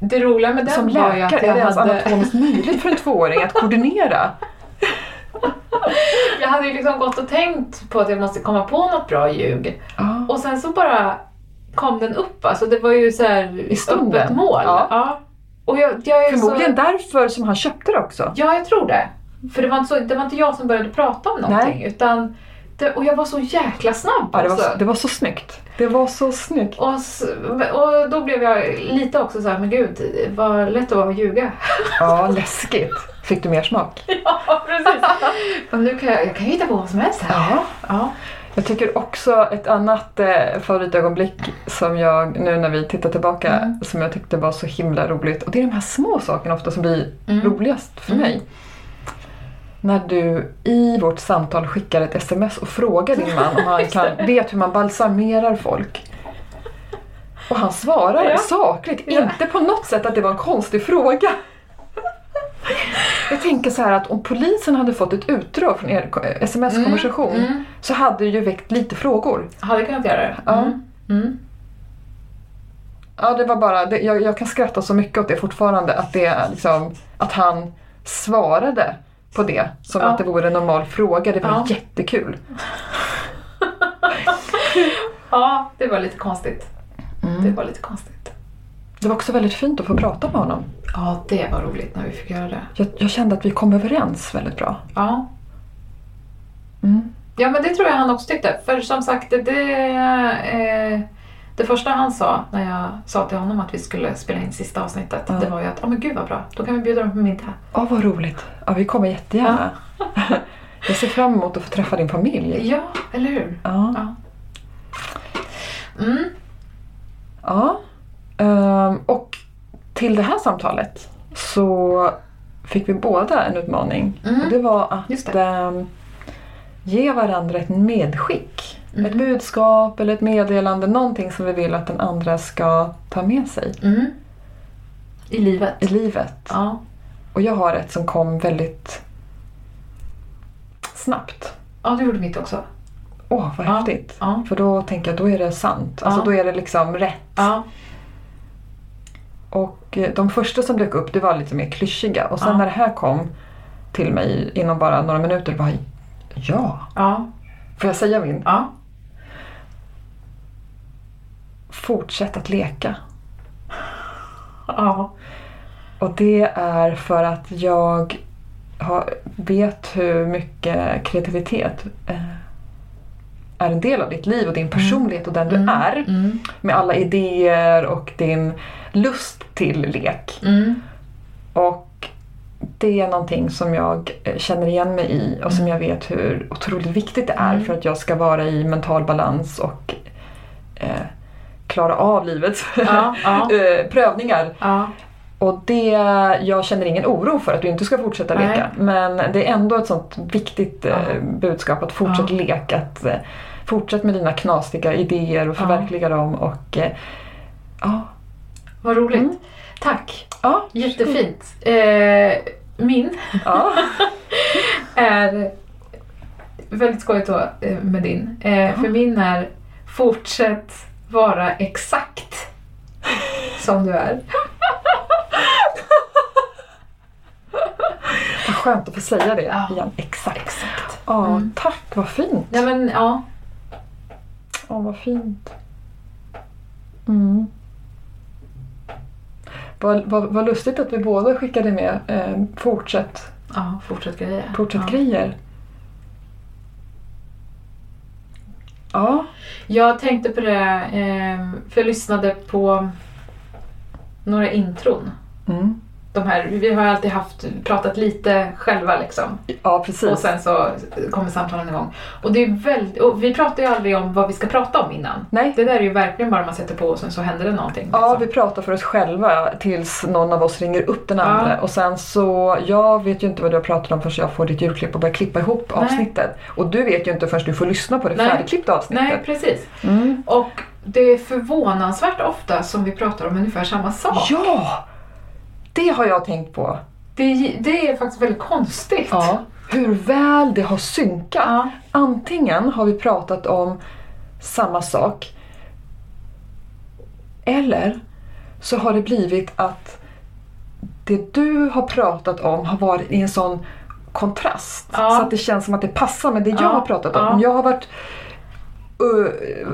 A: Det roliga med den
B: Eh, som
A: var ju att
B: läkare är
A: jag
B: det hans
A: hade,
B: anatomiskt möjligt för en tvååring att koordinera.
A: *laughs* jag hade ju liksom gått och tänkt på att jag måste komma på något bra ljug.
B: Ja.
A: Och sen så bara kom den upp. Alltså det var ju så här
B: I stunden.
A: öppet mål.
B: Ja.
A: *laughs* Och jag, jag är
B: Förmodligen
A: Så,
B: därför som han köpte det också.
A: ja, jag tror det. För det var, inte så, det var inte jag som började prata om någonting. Utan det, och jag var så jäkla snabb
B: Ja, det,
A: också.
B: var, det var så snyggt. Det var så snyggt.
A: Och, s- och då blev jag lite också så här, men gud, vad lätt det var att ljuga. *laughs*
B: Ja, läskigt. Fick du mer smak?
A: Ja,
B: *laughs*
A: precis. Men nu kan jag, jag kan hitta på vad som helst här.
B: Ja.
A: Ja.
B: Jag tycker också ett annat eh, favoritögonblick som jag, nu när vi tittar tillbaka, som jag tyckte var så himla roligt. Och det är de här små sakerna ofta som blir roligast för mig. När du i vårt samtal skickar ett sms och frågar din man om han kan, vet hur man balsamerar folk. Och han svarar
A: Ja.
B: sakligt,
A: Ja.
B: inte på något sätt att det var en konstig fråga. Jag tänker så här att om polisen hade fått ett utdrag från er eh, sms-konversation
A: Mm.
B: så hade det ju väckt lite frågor.
A: Hade kunnat göra det.
B: Ja.
A: Mm. Mm.
B: Ja, det var bara, det, jag, jag kan skratta så mycket åt det fortfarande, att, det, är liksom, att han svarade på det som
A: Ja.
B: att det vore en normal fråga. Det var
A: Ja.
B: jättekul.
A: ja, det var lite konstigt.
B: Mm.
A: Det var lite konstigt.
B: Det var också väldigt fint att få prata med honom.
A: Ja, det var roligt när vi fick göra det.
B: Jag, jag kände att vi kom överens väldigt bra.
A: Ja.
B: Mm.
A: Ja, men det tror jag han också tyckte. För som sagt, det, det, eh, det första han sa när jag sa till honom att vi skulle spela in sista avsnittet,
B: Ja.
A: det var ju att, ja men gud vad bra, då kan vi bjuda dem på middag.
B: Ja, vad roligt. Ja, vi kommer jättegärna. *laughs* jag ser fram emot att få träffa din familj.
A: Ja, eller hur?
B: Ja.
A: Ja. Mm.
B: Ja. Ehm, och till det här samtalet så fick vi båda en utmaning.
A: Mm.
B: Och det var att
A: Just det.
B: ehm, ge varandra ett medskick.
A: Mm.
B: Ett budskap eller ett meddelande. Någonting som vi vill att den andra ska ta med sig
A: Mm. I livet.
B: i livet.
A: Ja.
B: Och jag har ett som kom väldigt snabbt.
A: ja, det gjorde mitt också.
B: Åh, vad
A: Ja.
B: häftigt.
A: Ja.
B: För då tänker jag, då är det sant. Alltså
A: Ja.
B: då är det liksom rätt.
A: Ja.
B: Och eh, de första som dök upp det var lite mer klyschiga och sen
A: Ja.
B: när det här kom till mig inom bara några minuter bara ja,
A: Ja.
B: får jag säga min?
A: ja.
B: Fortsätt att leka.
A: Ja.
B: Och det är för att jag har, vet hur mycket kreativitet eh, är en del av ditt liv och din personlighet och den du är.
A: Mm.
B: Med alla idéer och din lust till lek.
A: Mm.
B: Och det är någonting som jag eh, känner igen mig i och som jag vet hur otroligt viktigt det
A: Mm.
B: är för att jag ska vara i mental balans och eh, klara av livets
A: Ja, ja.
B: *laughs* eh, prövningar.
A: Ja.
B: Och det, jag känner ingen oro för att du inte ska fortsätta
A: Nej.
B: leka. Men det är ändå ett sånt viktigt eh,
A: Ja.
B: budskap att fortsätt
A: Ja.
B: leka. Att, eh, fortsätt med dina knasiga idéer och
A: Ja.
B: förverkliga dem. Och, eh, ja,
A: Vad roligt.
B: Mm.
A: Tack.
B: ja,
A: Jättefint. Eh, min
B: ja.
A: är väldigt skojigt då eh, med din. Eh, för min är fortsätt vara exakt som du är.
B: Vad skönt att få säga det
A: Ja.
B: igen. Exakt.
A: Exakt.
B: Ja,
A: Mm.
B: tack vad fint.
A: Nej men ja.
B: Åh, vad fint. Mm. Vad, vad, vad lustigt att vi båda skickade med eh, fortsätt,
A: Ja, fortsätt grejer.
B: fortsätt
A: ja.
B: grejer. Ja,
A: Jag tänkte på det, eh, för jag lyssnade på några intron
B: mm.
A: de här, vi har ju alltid haft, pratat lite själva liksom.
B: Ja, precis.
A: Och sen så kommer samtalen igång. Och, det är väldigt, och vi pratar ju aldrig om vad vi ska prata om innan.
B: Nej.
A: Det där är ju verkligen bara man sätter på och sen så händer det någonting.
B: Ja,
A: liksom.
B: vi pratar för oss själva tills någon av oss ringer upp den
A: Ja.
B: andra. Och sen så, jag vet ju inte vad du har pratat om förrän jag får ditt julklipp och börjar klippa ihop
A: Nej.
B: avsnittet. Och du vet ju inte förrän du får lyssna på det
A: Nej.
B: färdigklippta avsnittet.
A: Nej, precis.
B: Mm.
A: Och det är förvånansvärt ofta som vi pratar om ungefär samma sak.
B: Ja! Det har jag tänkt på.
A: Det, det är faktiskt väldigt konstigt.
B: Hur väl det har synkat.
A: Ja.
B: Antingen har vi pratat om samma sak eller så har det blivit att det du har pratat om har varit i en sån kontrast
A: Ja.
B: så att det känns som att det passar med det jag
A: Ja,
B: har pratat om.
A: ja.
B: Om Jag har varit ö,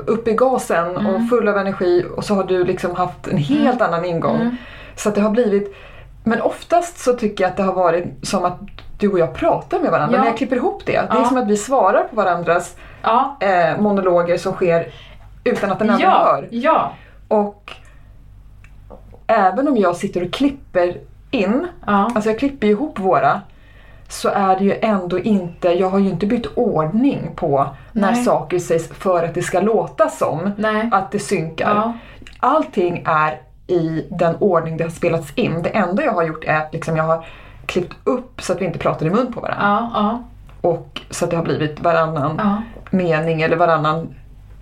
B: uppe i gasen
A: Mm.
B: och full av energi och så har du liksom haft en helt annan ingång.
A: Mm.
B: Så att det har blivit men oftast så tycker jag att det har varit som att du och jag pratar med varandra
A: Ja.
B: när jag klipper ihop det. Det är
A: Ja.
B: som att vi svarar på varandras
A: Ja.
B: eh, monologer som sker utan att den andra
A: Ja,
B: hör.
A: ja,
B: Och även om jag sitter och klipper in,
A: ja.
B: alltså jag klipper ju ihop våra, så är det ju ändå inte, jag har ju inte bytt ordning på när
A: Nej.
B: saker sägs för att det ska låta som
A: Nej.
B: att det synkar.
A: Ja.
B: Allting är i den ordning det har spelats in. Det enda jag har gjort är att liksom jag har klippt upp så att vi inte pratar i mun på varandra.
A: Ja, ja,
B: Och så att det har blivit varannan
A: ja.
B: mening eller varannan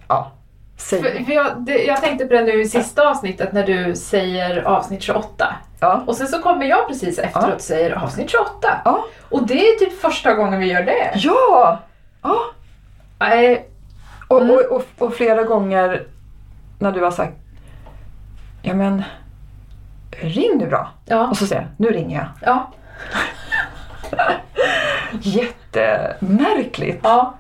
B: ja,
A: För,
B: sägning.
A: för jag, det, jag tänkte på det nu i sista avsnittet när du säger avsnitt 28.
B: Ja.
A: Och sen så kommer jag precis efteråt
B: Ja.
A: och säger avsnitt 28.
B: Ja.
A: Och det är typ första gången vi gör det.
B: Ja! ja.
A: Nej,
B: Och,
A: Mm.
B: och, och, och flera gånger när du har sagt Ja men ring nu då.
A: Ja,
B: Och så säger jag, nu ringer jag.
A: ja,
B: Jättemärkligt.
A: ja.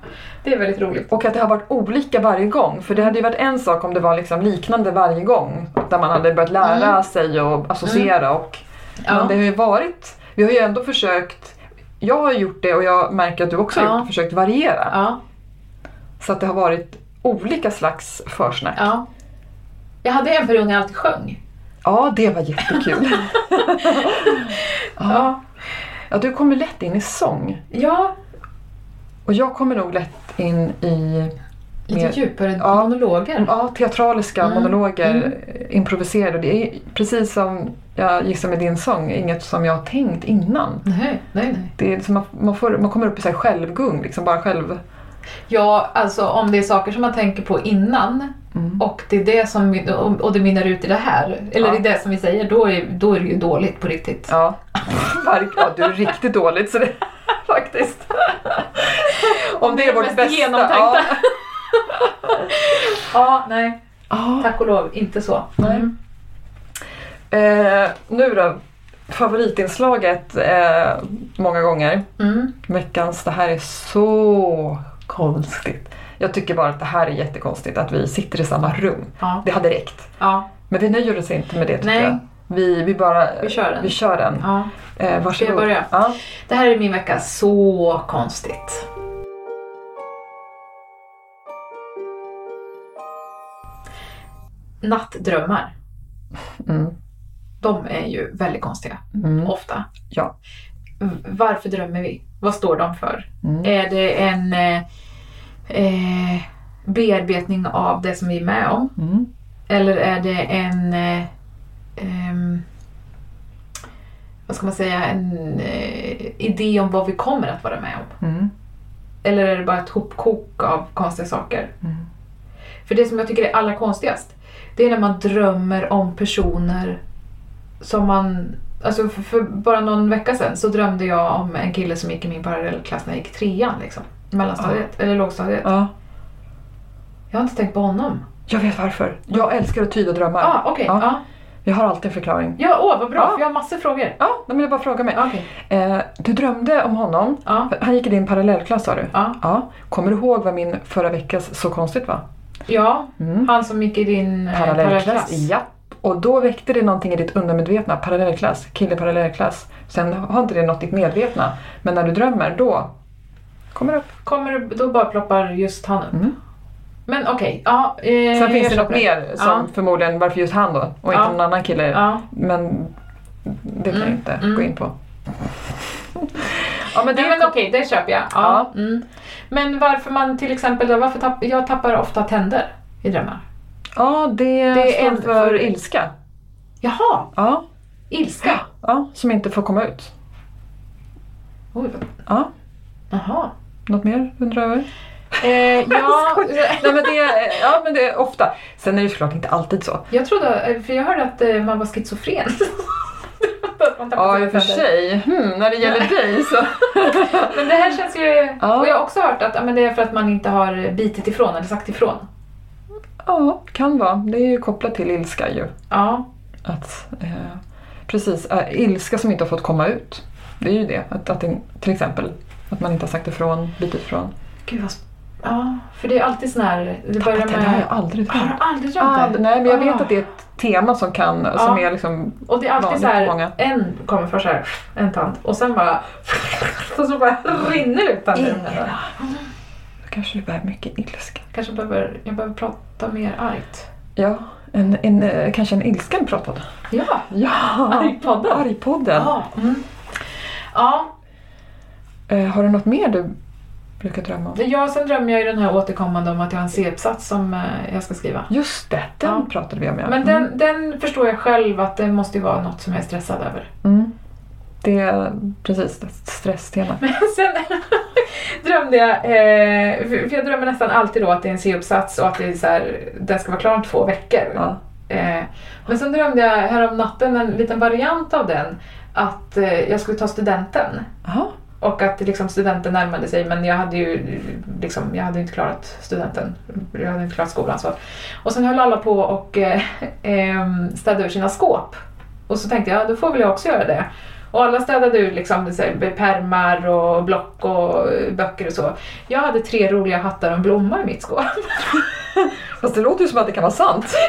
A: Det är väldigt roligt.
B: Och att det har varit olika varje gång. För det hade ju varit en sak om det var liksom liknande varje gång. Där man hade börjat lära sig och associera. Och,
A: Mm. Ja.
B: Men det har ju varit... Vi har ju ändå försökt... Jag har gjort det och jag märker att du också har
A: Ja.
B: gjort, försökt variera.
A: Ja,
B: Så att det har varit olika slags försnack. Ja,
A: ja. Jag hade en period när jag alltid sjöng.
B: det var jättekul. ja.
A: Ja.
B: ja, du kommer lätt in i sång.
A: Ja,
B: Och jag kommer nog lätt in i
A: lite
B: Mer-
A: djupare
B: Ja.
A: monologer.
B: Ja, teatraliska
A: Mm.
B: monologer,
A: Mm.
B: improviserade. Och Det är precis som jag gissar med din sång, inget som jag har tänkt innan.
A: Nej, nej, nej.
B: Det är som man, man, får, man kommer upp i så här självgung, liksom bara själv...
A: Ja, alltså om det är saker som man tänker på innan
B: Mm.
A: och det är det som och det mynnar ut i det här, eller
B: Ja.
A: i det som vi säger, då är, då är det ju dåligt på riktigt.
B: Ja, *laughs* Verk- ja du är riktigt dåligt så det faktiskt. Om det är vårt
A: mest
B: bästa.
A: genomtänkta.
B: Ja.
A: Ja, nej.
B: Ja.
A: Tack och lov, inte så.
B: Nej.
A: Mm.
B: Eh, nu då, favoritinslaget eh, många gånger.
A: Mm.
B: Veckans det här är så konstigt. Jag tycker bara att det här är jättekonstigt att vi sitter i samma rum.
A: Ja.
B: Det hade räckt.
A: Ja,
B: Men vi nöjer oss inte med det tycker
A: Nej.
B: jag. Vi, vi bara
A: vi kör den.
B: vi kör den.
A: Ja.
B: Eh, varsågod.
A: Ska jag börja?
B: Ja.
A: Det här är min vecka så konstigt. Nattdrömmar,
B: Mm.
A: de är ju väldigt konstiga.
B: Mm.
A: Ofta.
B: Ja.
A: V- Varför drömmer vi? Vad står de för?
B: Mm.
A: Är det en eh, eh, bearbetning av det som vi är med om?
B: Mm.
A: Eller är det en... Eh, ehm, vad ska man säga? En eh, idé om vad vi kommer att vara med om?
B: Mm.
A: Eller är det bara ett hopkok av konstiga saker?
B: Mm.
A: För det som jag tycker är allra konstigast, det är när man drömmer om personer som man... Alltså för, för bara någon vecka sedan så drömde jag om en kille som gick i min parallellklass när jag gick i trean. Liksom, mellanstadiet, eller lågstadiet.
B: Ja.
A: Jag har inte tänkt på honom.
B: Jag vet varför. Jag älskar att tyda drömmar.
A: Ja, ah, okej.
B: Ja.
A: ja.
B: Jag har alltid en förklaring.
A: Ja, åh vad bra,
B: Ja.
A: för jag har massor frågor.
B: Ja, men jag bara frågar mig.
A: Okej.
B: Eh, du drömde om honom.
A: Ja,
B: Han gick i din parallellklass sa du?
A: ja.
B: Ja. Kommer du ihåg vad min förra veckas Så konstigt va?
A: ja.
B: Mm.
A: han som gick i din eh,
B: Parallellklass. Ja. Och då väckte det någonting i ditt undermedvetna. Parallellklass, kille parallellklass. Sen har inte det nått ditt medvetna. Men när du drömmer då kommer det upp.
A: Kommer du, då bara ploppar just han upp.
B: Mm.
A: Men okej, ja. Eh,
B: Sen finns
A: jag
B: det något
A: köper
B: mer som
A: Ja.
B: förmodligen varför just han då och inte
A: Ja.
B: någon annan kille.
A: Ja,
B: Men det kan jag inte
A: Mm, mm.
B: gå in på. ja, men det
A: Nej,
B: är
A: men okej, det köper jag. Ja. Mm. Men varför man till exempel, då, varför tapp, jag tappar ofta tänder i drömmar.
B: Ja, det,
A: Det är
B: står
A: en-
B: för ilska.
A: Jaha,
B: Ja,
A: ilska.
B: ja, som inte får komma ut.
A: *gasps* Oj, vad-
B: Ja,
A: Jaha.
B: något mer undrar jag över? *laughs*
A: Eh, ja,
B: Nej, men det, är- ja, men det är ofta. Sen är det såklart inte alltid så.
A: jag trodde, för jag hörde att eh, man var schizofren. *laughs* Att man tappar
B: Ja, i
A: sina
B: och för
A: tänder.
B: sig. Hmm, när det gäller dig så...
A: Men det här känns ju...
B: Ja.
A: Och jag har också hört att ja, men det är för att man inte har bitit ifrån eller sagt ifrån.
B: *laughs* Ja, kan vara. Det är ju kopplat till ilska ju.
A: Ja.
B: Att, eh, precis, eh, ilska som inte har fått komma ut. Det är ju det. Att, att det till exempel att man inte har sagt ifrån, bitit ifrån.
A: Gud vad... sp- Ja, för det är alltid sån här... Det börjar
B: Att det har jag
A: med...
B: aldrig
A: Har
B: drömt.
A: du aldrig drömt det?
B: Aldrig, nej, men jag vet
A: Ah.
B: att det är ett tema som kan, som
A: Ja.
B: är liksom...
A: Och det är alltid
B: Vanligt
A: så
B: för
A: här,
B: många.
A: en kommer först så här, en tand och sen bara... *laughs* Och så bara rinner ut tanden.
B: Ingela, Då kanske det bär mycket ilska.
A: Kanske behöver, jag behöver prata mer argt.
B: Ja, en, en, eh, kanske en ilsken pratpodd.
A: Ja,
B: Ja!
A: Argpodden.
B: Argpodden.
A: ja. Mm. Ja,
B: Eh, har du något mer du brukar drömma om?
A: ja, sen drömmer jag ju den här återkommande om att jag har en C-uppsats som eh, jag ska skriva.
B: Just det, den
A: Ja.
B: pratade vi om ja.
A: Men
B: Mm.
A: den, den förstår jag själv att det måste ju vara något som jag är stressad över. *laughs*
B: Mm. Det är precis det är ett stresstema.
A: Men sen *laughs* drömde jag, eh, för för jag drömmer nästan alltid då att det är en C-uppsats och att det är så här, den ska vara klar om två veckor.
B: Ja.
A: Eh, men sen drömde jag härom natten en liten variant av den. Att eh, jag skulle ta studenten.
B: Jaha,
A: Och att liksom, studenten närmade sig men jag hade ju liksom, jag hade inte klarat studenten. Jag hade inte klarat skolan. Så. Och sen höll alla på och eh, *laughs* ehm, städade ur sina skåp. Och så tänkte jag, ja, då får väl jag också göra det. Och alla städade ur liksom, så här, pärmar och block och eh, böcker och så. Jag hade tre roliga hattar och en blomma i mitt skåp.
B: fast det låter ju som att det kan vara sant.
A: *laughs*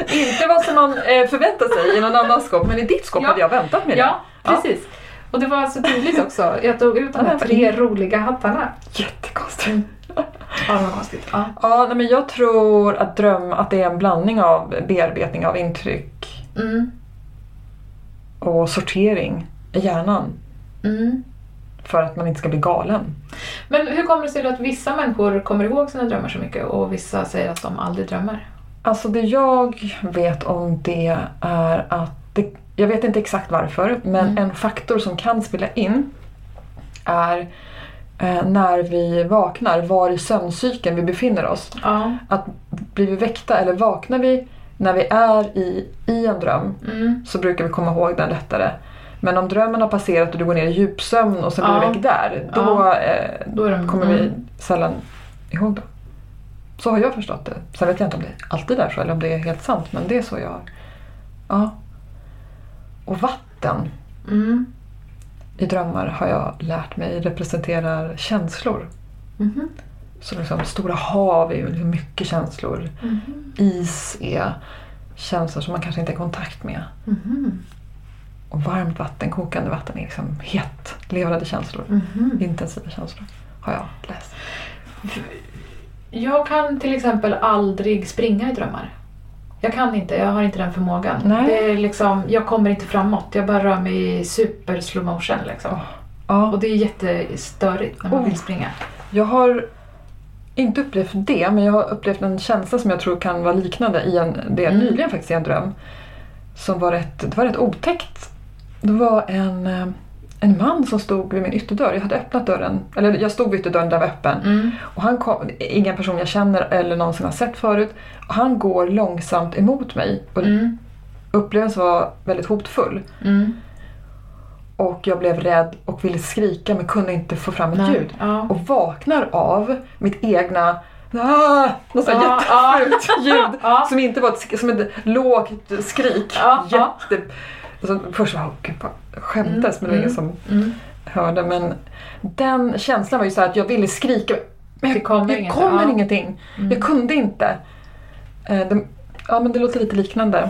B: Inte vad som man eh, förväntar sig i någon annans skåp, men i ditt skåp
A: Ja.
B: hade jag väntat mig
A: Ja,
B: Ja.
A: precis. Och det var så tydligt också. Jag tog ut de
B: Ja,
A: här
B: men-
A: tre roliga hattarna.
B: det. Jättekonstigt.
A: Ja, det var konstigt. Ja.
B: Ja, nej, men jag tror att dröm, att det är en blandning av bearbetning av intryck
A: Mm,
B: och sortering i hjärnan
A: mm.
B: för att man inte ska bli galen.
A: Men hur kommer det sig då att vissa människor kommer ihåg sina drömmar så mycket och vissa säger att de aldrig drömmer?
B: Alltså det jag vet om det är att, det, jag vet inte exakt varför, men
A: Mm.
B: en faktor som kan spela in är eh, när vi vaknar, var i sömncykeln vi befinner oss.
A: Ja.
B: Att blir vi väckta eller vaknar vi när vi är i, i en dröm
A: Mm.
B: så brukar vi komma ihåg den lättare. Men om drömmen har passerat och du går ner i djupsömn och sen blir
A: Ja.
B: du väck där, då
A: Ja.
B: eh,
A: Då är de,
B: kommer
A: mm.
B: vi sällan ihåg det. Så har jag förstått det. Sen vet jag inte om det alltid är så eller om det är helt sant, men det är så jag... Ja. Och vatten
A: Mm.
B: i drömmar har jag lärt mig representerar känslor.
A: Mhm.
B: Så liksom, stora hav är ju liksom mycket känslor.
A: Mm-hmm.
B: Is är känslor som man kanske inte är i kontakt med.
A: Mhm.
B: Och varmt vatten, kokande vatten är liksom hett, levande känslor.
A: Mhm.
B: Intensiva känslor har jag läst.
A: Jag kan till exempel aldrig springa i drömmar. Jag kan inte, jag har inte den förmågan.
B: Nej.
A: Det är liksom, jag kommer inte framåt, jag bara rör mig i super slow motion liksom.
B: Ja.
A: Och det är jättestörigt när man
B: Oh.
A: vill springa.
B: Jag har inte upplevt det, men jag har upplevt en känsla som jag tror kan vara liknande i en, det är
A: Mm.
B: nyligen faktiskt i en dröm. Som var rätt, det var rätt otäckt. Det var en, eh, en man som stod vid min ytterdörr. Jag hade öppnat dörren, eller jag stod vid ytterdörren, den var öppen.
A: Mm.
B: Och han kom, ingen person jag känner eller någonsin har sett förut. Och han går långsamt emot mig. Och
A: Mm.
B: upplevelsen var väldigt hotfull.
A: Mm.
B: Och jag blev rädd och ville skrika men kunde inte få fram ett
A: Nej.
B: ljud.
A: Ja.
B: och vaknar av mitt egna ah, något sånt
A: Ja, ja.
B: jättefult ljud
A: *laughs* Ja.
B: som inte var ett, sk- som ett lågt skrik.
A: Ja, ja.
B: Jätte, och så först var gud vad skämtades men det var ingen som
A: Mm.
B: hörde. Men den känslan var ju så här att jag ville skrika men jag,
A: Det kommer
B: jag
A: inget,
B: kommer
A: ja. Mm.
B: ingenting. Jag kunde inte. Eh, det, ja men det låter lite liknande.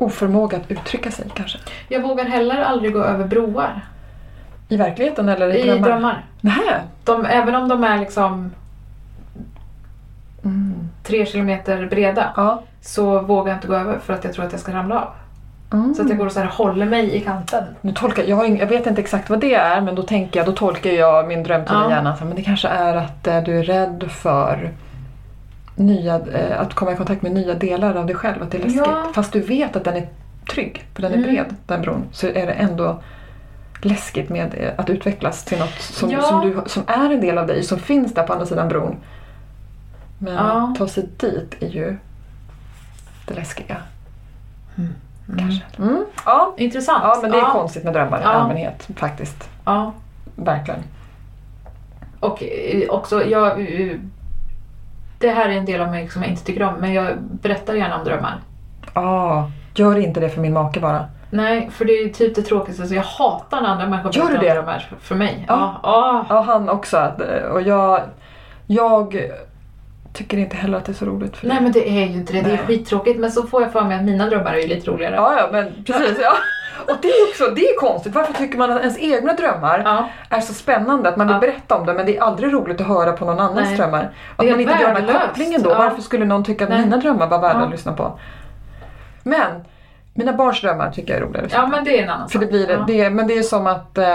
B: Oförmåga att uttrycka sig kanske.
A: Jag vågar heller aldrig gå över broar
B: I verkligheten eller i,
A: i drömmar.
B: Nej.
A: De, även om de är liksom
B: Mm.
A: tre kilometer breda
B: Ja.
A: så vågar jag inte gå över för att jag tror att jag ska ramla av.
B: Mm.
A: Så att jag går och så här håller mig i kanten.
B: Nu tolkar, jag, har ing, jag vet inte exakt vad det är men då tänker jag, då tolkar jag min dröm till
A: Ja.
B: min hjärna så här, men det kanske är att eh, du är rädd för nya, eh, att komma i kontakt med nya delar av dig själv, att det är läskigt.
A: Ja.
B: Fast du vet att den är trygg, för den är
A: Mm.
B: bred den bron, så är det ändå läskigt med eh, att utvecklas till något som,
A: Ja.
B: som, du, som är en del av dig, som finns där på andra sidan bron. Men
A: Ja.
B: att ta sig dit är ju det läskiga.
A: Kanske.
B: Mm. Ja.
A: Intressant.
B: ja, men det är
A: ja.
B: konstigt med drömmar i
A: Ja.
B: allmänhet faktiskt.
A: Ja.
B: Verkligen.
A: Och eh, också, jag... eh, Det här är en del av mig som jag inte tycker om, men jag berättar gärna om drömmar.
B: Ja, gör inte det för min make bara.
A: Nej, för det är ju typ det tråkigaste. Så jag hatar när andra människor
B: Gör du
A: berättar om
B: det?
A: drömmar för- för mig.
B: Ja.
A: ja.
B: Ja, han också. Och jag, jag tycker inte heller att det är så roligt för
A: Nej
B: dig.
A: men det är ju inte det, det är
B: Nej.
A: skittråkigt. Men så får jag för mig att mina drömmar är ju lite roligare.
B: Ja, ja, men precis. Ja. Och det är också det är konstigt. Varför tycker man att ens egna drömmar
A: Ja.
B: är så spännande? Att man vill
A: Ja.
B: berätta om det men det är aldrig roligt att höra på någon annans
A: Nej.
B: drömmar.
A: Det
B: Och att
A: är
B: man inte gör den här
A: värdelöst.
B: kopplingen då.
A: Ja.
B: Varför skulle någon tycka att
A: Nej.
B: mina drömmar var värda
A: Ja.
B: att lyssna på? Men mina barns drömmar tycker jag är roligare.
A: ja men det är en annan
B: För det
A: sak.
B: blir,
A: ja.
B: det, men det är som att eh,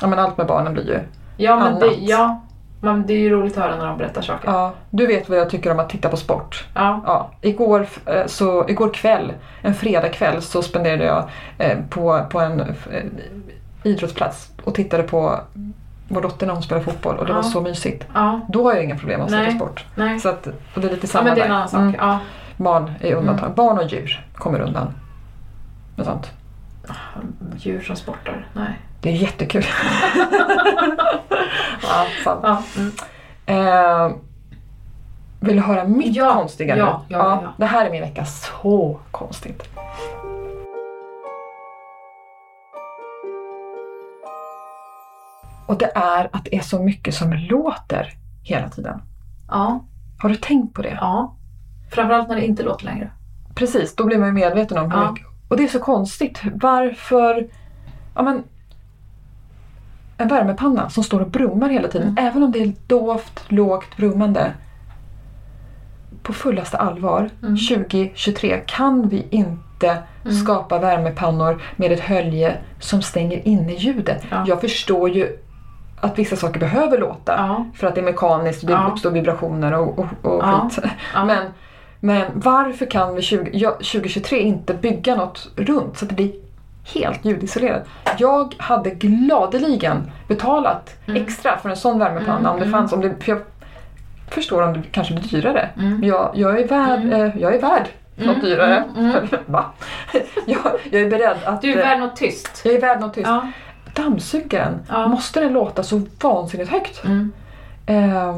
B: ja, men allt med barnen blir ju
A: ja, men det,
B: annat.
A: ja. Men det är ju roligt att höra när de berättar saker.
B: Ja, du vet vad jag tycker om att titta på sport.
A: Ja.
B: Ja, igår, eh, så, igår kväll, en fredagkväll, så spenderade jag eh, på, på en eh, idrottsplats och tittade på vår dotter när hon spelade fotboll och det
A: Ja.
B: var så mysigt.
A: ja.
B: Då har jag inga problem att se på
A: Nej.
B: sport.
A: Nej.
B: Så att, och det är lite
A: Ja,
B: samma
A: men det är en
B: där.
A: annan sak. Mm.
B: Mm.
A: Ja.
B: Barn är undantag. Barn och djur kommer undan med sånt.
A: Djur som sportar. Nej.
B: Det
A: *laughs*
B: är jättekul. ja, sant.
A: Ja. Mm.
B: Eh, vill du höra mitt
A: Ja,
B: konstiga nu?
A: ja, ja, ja.
B: Det här är min vecka så konstigt. Och det är att det är så mycket som låter hela tiden.
A: Ja.
B: Har du tänkt på det?
A: ja. Framförallt när det inte låter längre.
B: Precis, då blir man ju medveten om hur
A: Ja.
B: mycket. Och det är så konstigt. Varför... Ja, men, en värmepanna som står och brummar hela tiden,
A: Mm.
B: även om det är dovt, lågt brummande. På fullaste allvar,
A: Mm.
B: 2023, kan vi inte skapa värmepannor med ett hölje som stänger inne ljudet.
A: Ja.
B: Jag förstår ju att vissa saker behöver låta
A: Ja.
B: för att det är mekaniskt och det
A: Ja.
B: uppstår vibrationer och, och, och
A: Ja.
B: skit.
A: Ja.
B: *laughs* Men, men varför kan vi 20, ja, 2023 inte bygga något runt så att det blir helt ljudisolerat? Jag hade gladeligen betalat
A: Mm.
B: extra för en sån värmepanna om det fanns. Om det, för jag förstår om det kanske blir dyrare.
A: Mm.
B: Men Jag, jag är värd, eh, jag är värd något dyrare. *laughs* Va? jag, jag är beredd att...
A: Mm. Du är
B: eh,
A: värd något tyst.
B: jag är värd något tyst.
A: Ja.
B: Dammsugaren,
A: Ja.
B: måste den låta så vansinnigt högt?
A: Mm.
B: Eh,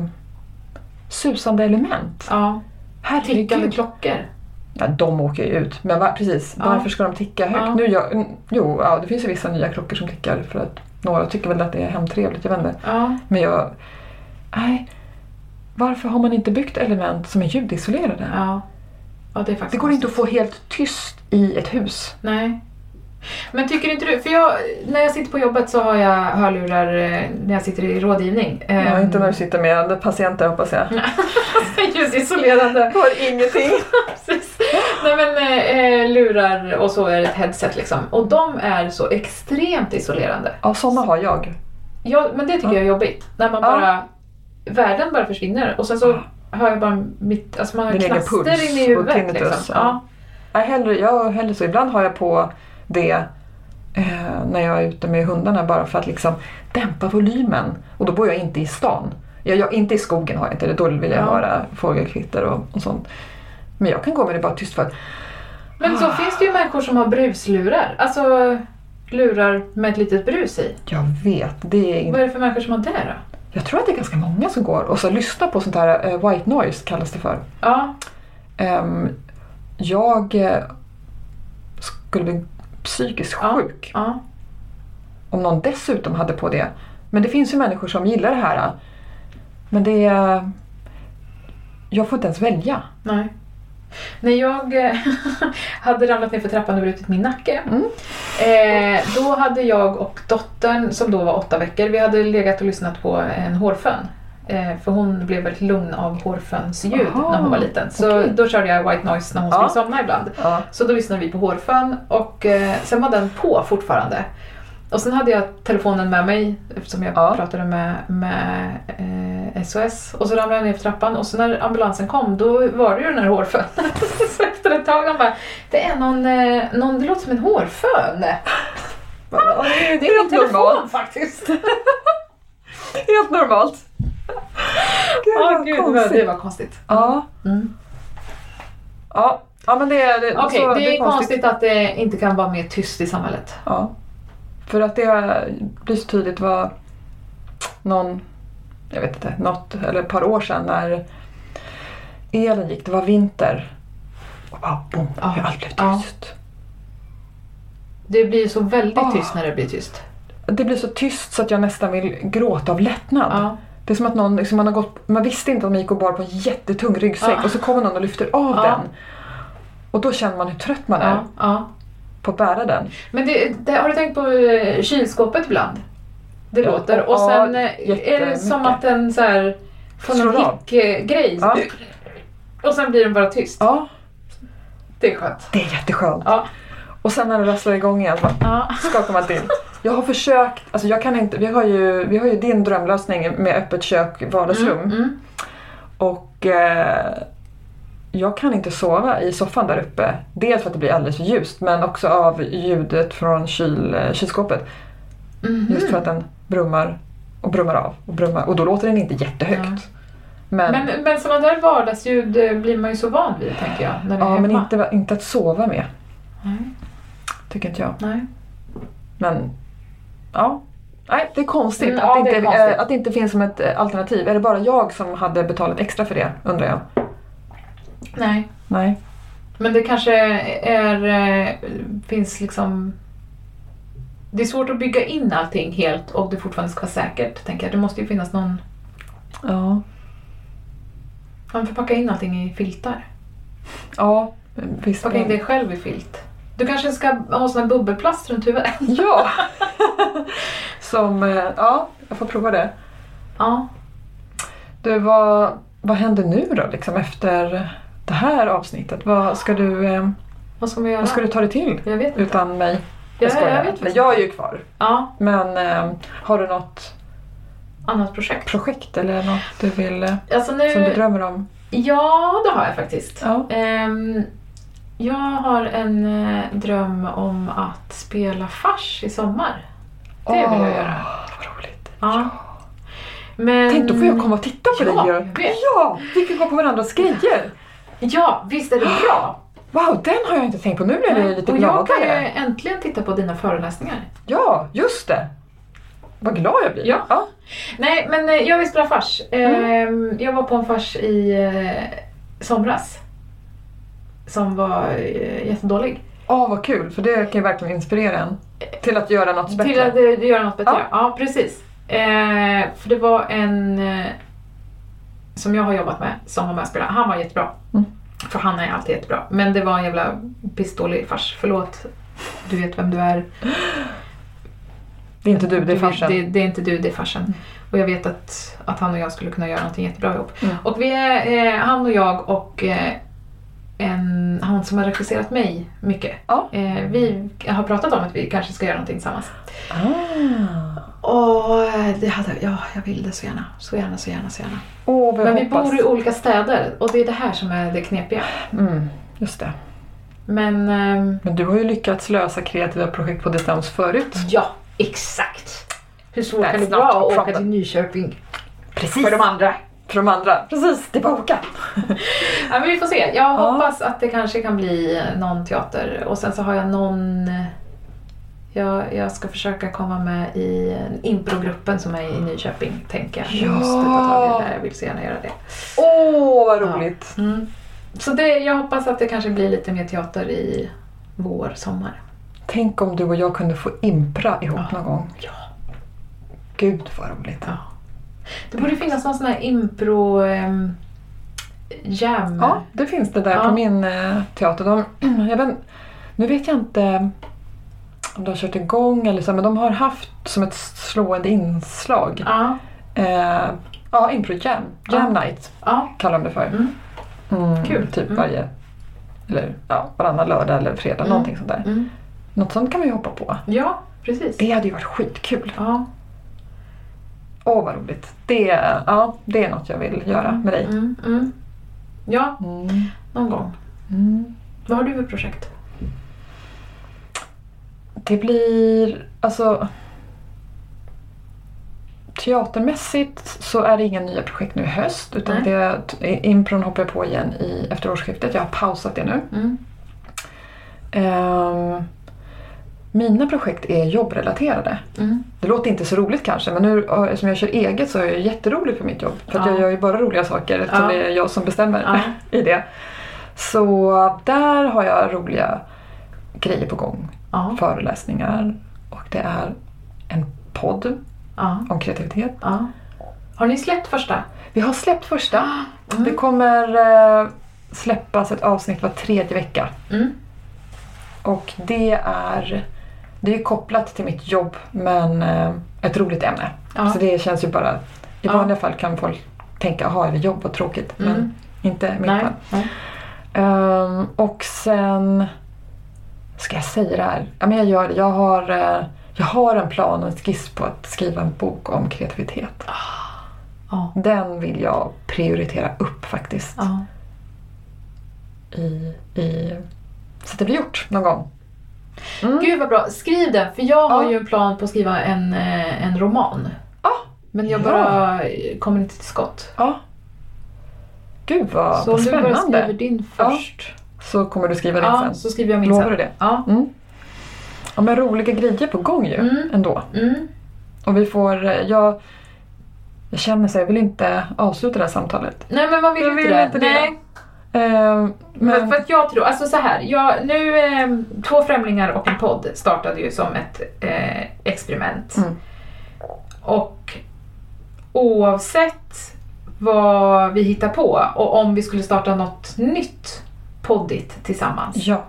B: susande element.
A: Ja. Tickande
B: Herregud.
A: klockor.
B: Ja, de åker ju ut. Men va, precis,
A: Ja.
B: varför ska de ticka högt?
A: Ja.
B: Nu gör, mm, jo, ja, det finns ju vissa nya klockor som tickar för att några tycker väl att det är hemtrevligt, jag vet inte.
A: Ja.
B: Men jag... Nej. Varför har man inte byggt element som är ljudisolerade?
A: Ja. ja det är faktiskt
B: Det går inte att få helt tyst i ett hus.
A: Nej. Men tycker inte du, för jag, när jag sitter på jobbet så har jag hörlurar eh, när jag sitter i rådgivning.
B: Ja,
A: Ehm,
B: inte när du sitter med patienter hoppas jag.
A: *laughs* Ljusisolerande.
B: Hör ingenting.
A: Precis. Nej men eh, eh, lurar och så är det ett headset liksom. Och de är så extremt isolerande.
B: Ja, såna har jag.
A: Ja, men det tycker jag är jobbigt. När man
B: Ja.
A: bara, världen bara försvinner och sen så hör jag bara mitt, alltså man har
B: Din egen puls
A: knaster inne i
B: och
A: huvudet
B: tinnitus,
A: liksom.
B: ja.
A: Ja.
B: Jag hellre, jag hellre så. Ibland har jag på det eh, när jag är ute med hundarna bara för att liksom dämpa volymen. Och då bor jag inte i stan. Jag, jag, inte i skogen har jag inte det. Då vill jag
A: Ja.
B: höra fågelkvitter och, och sånt. Men jag kan gå med det bara tyst för att
A: Men så finns det ju människor som har bruslurar. Alltså lurar med ett litet brus i.
B: jag vet. Det är
A: Vad
B: inte,
A: är det för människor som har det då?
B: jag tror att det är ganska många som går och så lyssnar på sånt här eh, white noise kallas det för.
A: Ja,
B: Ehm, jag eh, skulle bli psykiskt
A: Ja.
B: sjuk
A: ja.
B: om någon dessutom hade på det. Men det finns ju människor som gillar det här. Men det är... Jag får inte ens välja.
A: Nej. När jag eh, *laughs* hade ramlat ner för trappan och brutit min nacke,
B: Mm.
A: eh, då hade jag och dottern, som då var åtta veckor, vi hade legat och lyssnat på en hårfön Eh, För hon blev väldigt lugn av hårfönsljud
B: Aha,
A: när hon var liten. Så
B: okej.
A: då körde jag white noise när hon
B: Ja.
A: skulle somna ibland.
B: Ja.
A: Så då lyssnade vi på hårfön och eh, sen var den på fortfarande. Och sen hade jag telefonen med mig eftersom jag
B: Ja.
A: pratade med, med eh, SOS. Och så ramlade jag ner för trappan och så när ambulansen kom då var det ju den här hårfön. *laughs* så efter ett tag han bara, det är någon, eh, någon, det låter som en hårfön.
B: Ja, det är
A: Det är min
B: helt normalt.
A: telefon faktiskt.
B: Helt normalt. Gud,
A: Ja,
B: vad
A: gud, det var-
B: konstigt.
A: det var konstigt.
B: Ja.
A: Mm.
B: Ja. ja, men det är, det,
A: Okej,
B: så-
A: Alltså, det, är konstigt. att det inte kan vara mer tyst i samhället.
B: Ja. För att det blir så tydligt vad någon, jag vet inte, något eller ett par år sedan när elen gick, det var vinter. Och bara boom,
A: Ja.
B: hur allt blev
A: Ja.
B: tyst.
A: Det blir så väldigt
B: Ah.
A: tyst när det blir tyst.
B: Det blir så tyst så att jag nästan vill gråta av lättnad.
A: Ja.
B: Det är som att någon, liksom, man, har gått, man visste inte att man gick och bar på en jättetung ryggsäck
A: Ja.
B: och så kommer någon och lyfter av
A: Ja.
B: den. Och då känner man hur trött man är
A: Ja, ja.
B: på att bära den.
A: Men det, det, har du tänkt på eh, kylskåpet ibland? Det
B: Ja,
A: låter. Och
B: ja,
A: sen eh, är det
B: jättemycket.
A: som att den så här får
B: Slår
A: någon
B: av.
A: hickgrej.
B: Ja.
A: Och sen blir den bara tyst.
B: Ja,
A: Det är skönt.
B: det är jätteskönt.
A: Ja.
B: Och sen när den rasslar igång igen, bara,
A: Ja.
B: skakar man till. Jag har försökt, alltså jag kan inte, vi har ju, vi har ju din drömlösning med öppet kök, vardagsrum.
A: Mm.
B: Och eh, jag kan inte sova i soffan där uppe. Dels för att det blir alldeles för ljust men också av ljudet från kyl, eh, kylskåpet.
A: Mhm.
B: Just för att den brummar och brummar av och brummar och då låter den inte jättehögt.
A: Ja.
B: Men,
A: Men, men sådana där vardagsljud eh, blir man ju så van vid tänker jag. När det är
B: ja, men
A: hemma.
B: inte, inte att sova med.
A: Nej.
B: Tycker inte jag.
A: Nej.
B: Men ja. Nej, det är konstigt,
A: Mm,
B: att,
A: ja,
B: det
A: det är
B: inte,
A: konstigt.
B: eh, att det inte finns som ett eh, alternativ. Är det bara jag som hade betalat extra för det undrar jag?
A: Nej.
B: Nej.
A: Men det kanske är, eh, finns liksom... Det är svårt att bygga in allting helt och det fortfarande ska vara säkert, tänker jag. Det måste ju finnas någon...
B: Ja.
A: Man får packa in allting i filtar.
B: Ja, visst.
A: Packa in
B: men-
A: dig själv i filt. Du kanske ska ha sån här bubbelplast runt huvudet? *laughs*
B: Ja! *laughs* Som, eh, ja, jag får prova det.
A: Ja.
B: Du, vad, vad händer nu då liksom efter det här avsnittet? Vad ska du, eh,
A: Vad ska man göra?
B: vad ska du ta dig till
A: Jag vet inte.
B: utan mig?
A: Jag, jag,
B: skojar.
A: jag vet
B: Men
A: faktiskt
B: jag är ju kvar.
A: Ja,
B: Men eh, har du något
A: annat projekt.
B: projekt eller något du vill, eh,
A: Alltså nu...
B: som du drömmer om?
A: Ja, det har jag faktiskt.
B: Ja.
A: Ehm, jag har en eh, dröm om att spela fars i sommar. Det vill
B: Åh,
A: jag göra.
B: Vad roligt.
A: Ja. Men...
B: Tänk, då får jag komma och titta på
A: Ja,
B: dig.
A: jag vet.
B: Ja, vi kan gå på varandras grejer.
A: Ja, visst är det bra?
B: Wow, den har jag inte tänkt på. Nu blev jag lite
A: och jag kan ju
B: gladare.
A: äntligen titta på dina föreläsningar.
B: Ja, just det. Vad glad jag blir.
A: Ja.
B: ja.
A: Nej, men eh, jag vill spela fars.
B: Mm.
A: Ehm, Jag var på en fars i eh, somras. Som var eh, jättedålig.
B: Åh, vad kul, för det kan ju verkligen inspirera en till att göra något bättre.
A: Till att eh, göra något bättre. Ja,
B: Ja.
A: precis. Eh, för det var en eh, som jag har jobbat med som var med och spelade. Han var jättebra.
B: Mm.
A: För han är alltid jättebra. Men det var en jävla pissdålig fars. Förlåt, du vet vem du är.
B: Det är inte du, det är
A: Du vet,
B: farsan.
A: Det, det är inte du, det är farsan. Och jag vet att, att han och jag skulle kunna göra någonting jättebra ihop.
B: Mm.
A: Och vi är, eh, han och jag och eh, en, han som har regisserat mig mycket.
B: Ja.
A: Eh, vi har pratat om att vi kanske ska göra någonting tillsammans.
B: Ah.
A: Och eh, det hade, ja, jag vill det så gärna. Så gärna, så gärna, så gärna.
B: Åh, vad jag
A: Men vi
B: hoppas.
A: bor i olika städer och det är det här som är det knepiga.
B: Mm, just det.
A: Men ehm,
B: Men du har ju lyckats lösa kreativa projekt på distans förut.
A: ja, exakt. Hur svårt
B: That's
A: kan det
B: not
A: vara
B: a
A: att åka
B: problem.
A: till Nyköping?
B: Precis.
A: För de andra.
B: För de andra. Precis, det är bara att åka.
A: Ja, men vi får se. Jag hoppas att det kanske kan bli någon teater. Och sen så har jag någon... Jag, jag ska försöka komma med i improgruppen som är i Nyköping, tänker jag. Jag
B: Ja.
A: måste ta tag i det där. Jag vill så gärna göra det.
B: Åh, vad roligt.
A: Mm. Så det, jag hoppas att det kanske blir lite mer teater i vår, sommar.
B: Tänk om du och jag kunde få impra ihop
A: Ja.
B: någon gång.
A: Ja.
B: Gud, vad roligt.
A: Ja. Det borde finnas någon sån här impro... ehm, jam.
B: Ja, det finns det där
A: Ja.
B: på min eh, teater. De, *clears throat* jag vet, nu vet jag inte eh, om de har kört igång eller så, men de har haft som ett slående inslag
A: Ja.
B: eh, Ja, improjam. Jam night
A: Ja,
B: kallar de det för.
A: Mm.
B: Mm,
A: Kul.
B: Typ
A: Mm.
B: varje, eller ja, varannan lördag eller fredag.
A: Mm.
B: Någonting sånt där.
A: mm.
B: Något sånt kan man ju hoppa på.
A: ja precis.
B: Det hade ju varit skitkul.
A: Ja.
B: Åh vad roligt. Det, ja, det är något jag vill göra med dig.
A: Mm, mm. Ja,
B: Mm.
A: någon gång.
B: Mm.
A: Vad har du för projekt?
B: Det blir, alltså... Teatermässigt så är det inga nya projekt nu i höst utan
A: Nej.
B: det, impron hoppar jag på igen i, efter årsskiftet. Jag har pausat det nu.
A: Mm.
B: Ehm, mina projekt är jobbrelaterade.
A: Mm.
B: Det låter inte så roligt kanske men nu har- eftersom jag kör eget så är jag jätteroligt på mitt jobb. För att
A: Ja.
B: jag gör ju bara roliga saker eftersom
A: Ja.
B: det är jag som bestämmer
A: Ja.
B: *laughs* i det. Så där har jag roliga grejer på gång.
A: Ja.
B: Föreläsningar och det är en podd
A: ja,
B: om kreativitet.
A: ja. Har ni släppt första?
B: Vi har
A: *gasps*
B: släppt första.
A: Mm.
B: Det kommer eh, släppas ett avsnitt var tredje vecka.
A: Mm.
B: Och det är, det är kopplat till mitt jobb men eh, ett roligt ämne.
A: Ja.
B: Så det känns ju bara... I
A: Ja.
B: vanliga fall kan folk tänka jaha, är det jobb och tråkigt?
A: Mm.
B: Men inte mitt
A: Nej.
B: fall.
A: Nej.
B: Ehm, och sen... Ska jag säga det här? Ja, men jag gör det. Jag har, eh, jag har en plan och en skiss på att skriva en bok om kreativitet.
A: Ah. Ja.
B: Den vill jag prioritera upp faktiskt.
A: Ja.
B: I, i, så att det blir gjort någon gång. Mm.
A: Gud vad bra. Skriv den, för jag har
B: Ja.
A: ju en plan på att skriva en, eh, en roman.
B: Ja.
A: Men jag bara eh, kommer inte till skott.
B: Ja. Gud vad,
A: så
B: vad
A: om du bara
B: spännande.
A: skriver din
B: Ja.
A: först.
B: Så kommer du skriva det
A: Ja,
B: sen.
A: så skriver jag min
B: Lovar
A: sen.
B: du det?
A: Ja.
B: Mm. Ja, men roliga grejer på gång ju
A: Mm.
B: ändå.
A: Mm.
B: Och vi får, eh, jag, jag känner så jag vill inte avsluta det här samtalet.
A: Nej men man vill,
B: Jag
A: inte,
B: vill
A: det.
B: inte det.
A: Nej.
B: Eh,
A: Men...
B: men
A: För att jag tror, alltså så här, jag, nu, ehm, Två främlingar och en podd startade ju som ett eh, experiment.
B: Mm.
A: Och oavsett vad vi hittar på och om vi skulle starta något nytt poddigt tillsammans
B: ja,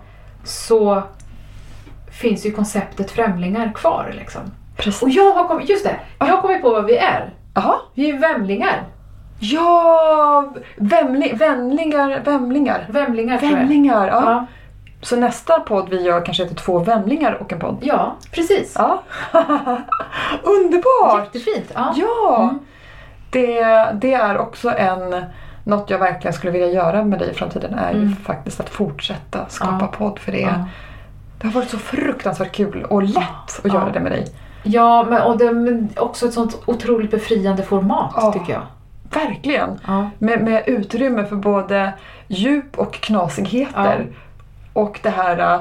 A: så finns ju konceptet främlingar kvar liksom.
B: precis.
A: Och jag har kommit, just det, jag har kommit på vad vi är.
B: Jaha.
A: Vi är ju vämlingar.
B: Ja, vämli, vänlingar, vämlingar.
A: Vämlingar tror jag.
B: Vämlingar, ja.
A: Ja,
B: Så nästa podd vi gör kanske heter Två vämlingar och en podd.
A: ja, precis.
B: Ja. *laughs* Underbart!
A: Jättefint. Ja.
B: Ja!
A: Mm.
B: Det, det är också en, något jag verkligen skulle vilja göra med dig i framtiden är ju
A: Mm.
B: faktiskt att fortsätta skapa
A: Ja.
B: podd för det.
A: Ja.
B: Det har varit så fruktansvärt kul och lätt att
A: Ja.
B: göra det med dig.
A: Ja, men, och det, men också ett sånt otroligt befriande format
B: Ja.
A: tycker jag.
B: Verkligen!
A: Ja.
B: Med, med utrymme för både djup och knasigheter. Och det här äh,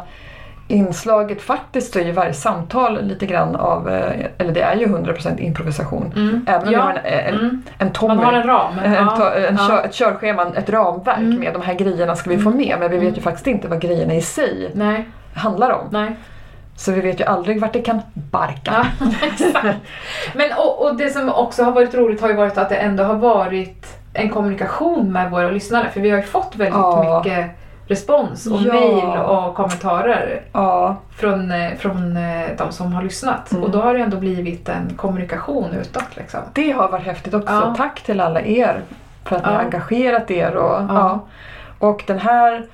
B: inslaget faktiskt så är ju varje samtal lite grann av, äh, eller det är ju 100% improvisation.
A: Mm.
B: Även om
A: Ja.
B: vi har en, en,
A: Mm.
B: en Tommy
A: Man har en ram.
B: Eh, En,
A: ja.
B: ta- en
A: ja.
B: kö- ett körschema, ett ramverk
A: Mm.
B: med de här grejerna ska vi få med men vi vet ju faktiskt inte vad grejerna i sig
A: Nej,
B: handlar om.
A: nej.
B: Så vi vet ju aldrig vart det kan barka.
A: Ja, *laughs* exakt. Men, och, och det som också har varit roligt har ju varit att det ändå har varit en kommunikation med våra lyssnare. För vi har ju fått väldigt
B: Ja.
A: mycket respons och
B: Ja.
A: mejl och kommentarer
B: Ja,
A: från, eh, från eh, de som har lyssnat.
B: Mm.
A: Och då har det ändå blivit en kommunikation utåt liksom.
B: det har varit häftigt också.
A: Ja.
B: Tack till alla er för att ni
A: Ja.
B: har engagerat er. Och, ja. och den här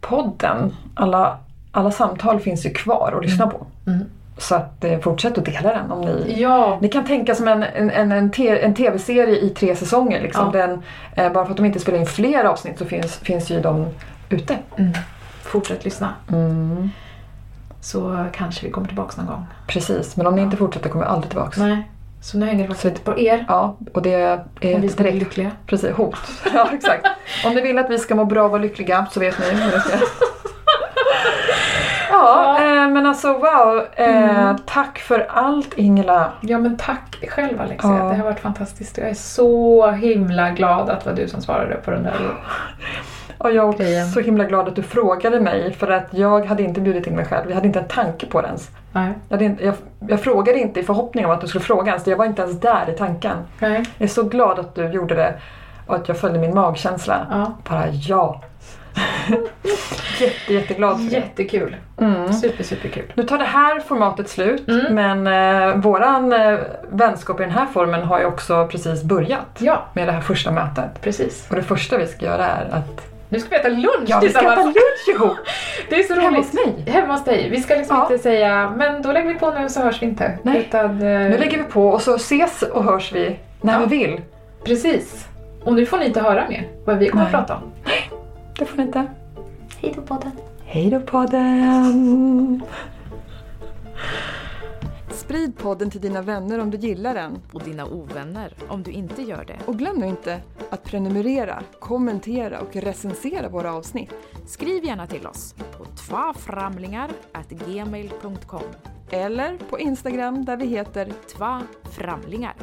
B: podden, alla, alla samtal finns ju kvar att lyssna på.
A: Mm.
B: Så att, eh, fortsätt att dela den om ni
A: Ja,
B: Ni kan tänka som en, en, en, en, te, en tv-serie i tre säsonger. Liksom.
A: Ja.
B: Den, eh, bara för att de inte spelar in fler avsnitt så finns, finns ju de ute.
A: fortsätt lyssna. Mm. Så kanske vi kommer tillbaka någon gång.
B: Precis, men om ni inte fortsätter kommer vi aldrig tillbaka.
A: Nej, så nu hänger det faktiskt lite på er.
B: Ja, och det är
A: Om vi
B: ett
A: ska bli
B: direkt
A: lyckliga.
B: precis, hot. *laughs* Ja, exakt. om ni vill att vi ska må bra och vara lyckliga så vet ni hur
A: *laughs*
B: det ska. Ja, eh, men alltså wow. Eh,
A: Mm.
B: Tack för allt Ingela.
A: Ja men tack själv Alexia,
B: Ja.
A: det har varit fantastiskt. Jag är så himla glad att det var du som svarade på den där.
B: Och jag är också
A: Grejen.
B: så himla glad att du frågade mig för att jag hade inte bjudit in mig själv. Jag hade inte en tanke på det ens.
A: Nej.
B: Jag, hade inte, jag, jag frågade inte i förhoppning om att du skulle fråga ens. Jag var inte ens där i tanken.
A: Nej.
B: Jag är så glad att du gjorde det. och att jag följde min magkänsla.
A: Ja.
B: Bara ja! *laughs* Jätte, jätteglad för det.
A: Jättekul.
B: Mm.
A: Super, superkul.
B: Nu tar det här formatet slut
A: Mm.
B: men eh, våran eh, vänskap i den här formen har ju också precis börjat
A: Ja,
B: med det här första mötet.
A: precis.
B: Och det första vi ska göra är att
A: Nu ska vi äta lunch
B: ja, vi ska äta
A: tillsammans.
B: lunch ihop!
A: Det är så
B: Hemma
A: roligt.
B: hos mig!
A: Hemma hos dig. Vi ska liksom
B: Ja.
A: inte säga, men då lägger vi på nu så hörs vi inte.
B: Nej.
A: Utan, eh,
B: Nu lägger vi på och så ses och hörs vi när
A: Ja.
B: vi vill.
A: Precis. Och nu får ni inte höra mer vad vi kommer
B: Nej.
A: prata om.
B: Det får ni inte. Hej då podden! Hej då podden! Sprid podden till dina vänner om du gillar den.
J: och dina ovänner om du inte gör det.
I: Och glöm nu inte att prenumerera, kommentera och recensera våra avsnitt.
J: Skriv gärna till oss på tvaframlingar.gmail.com
I: Eller på Instagram där vi heter
J: Tvaframlingar.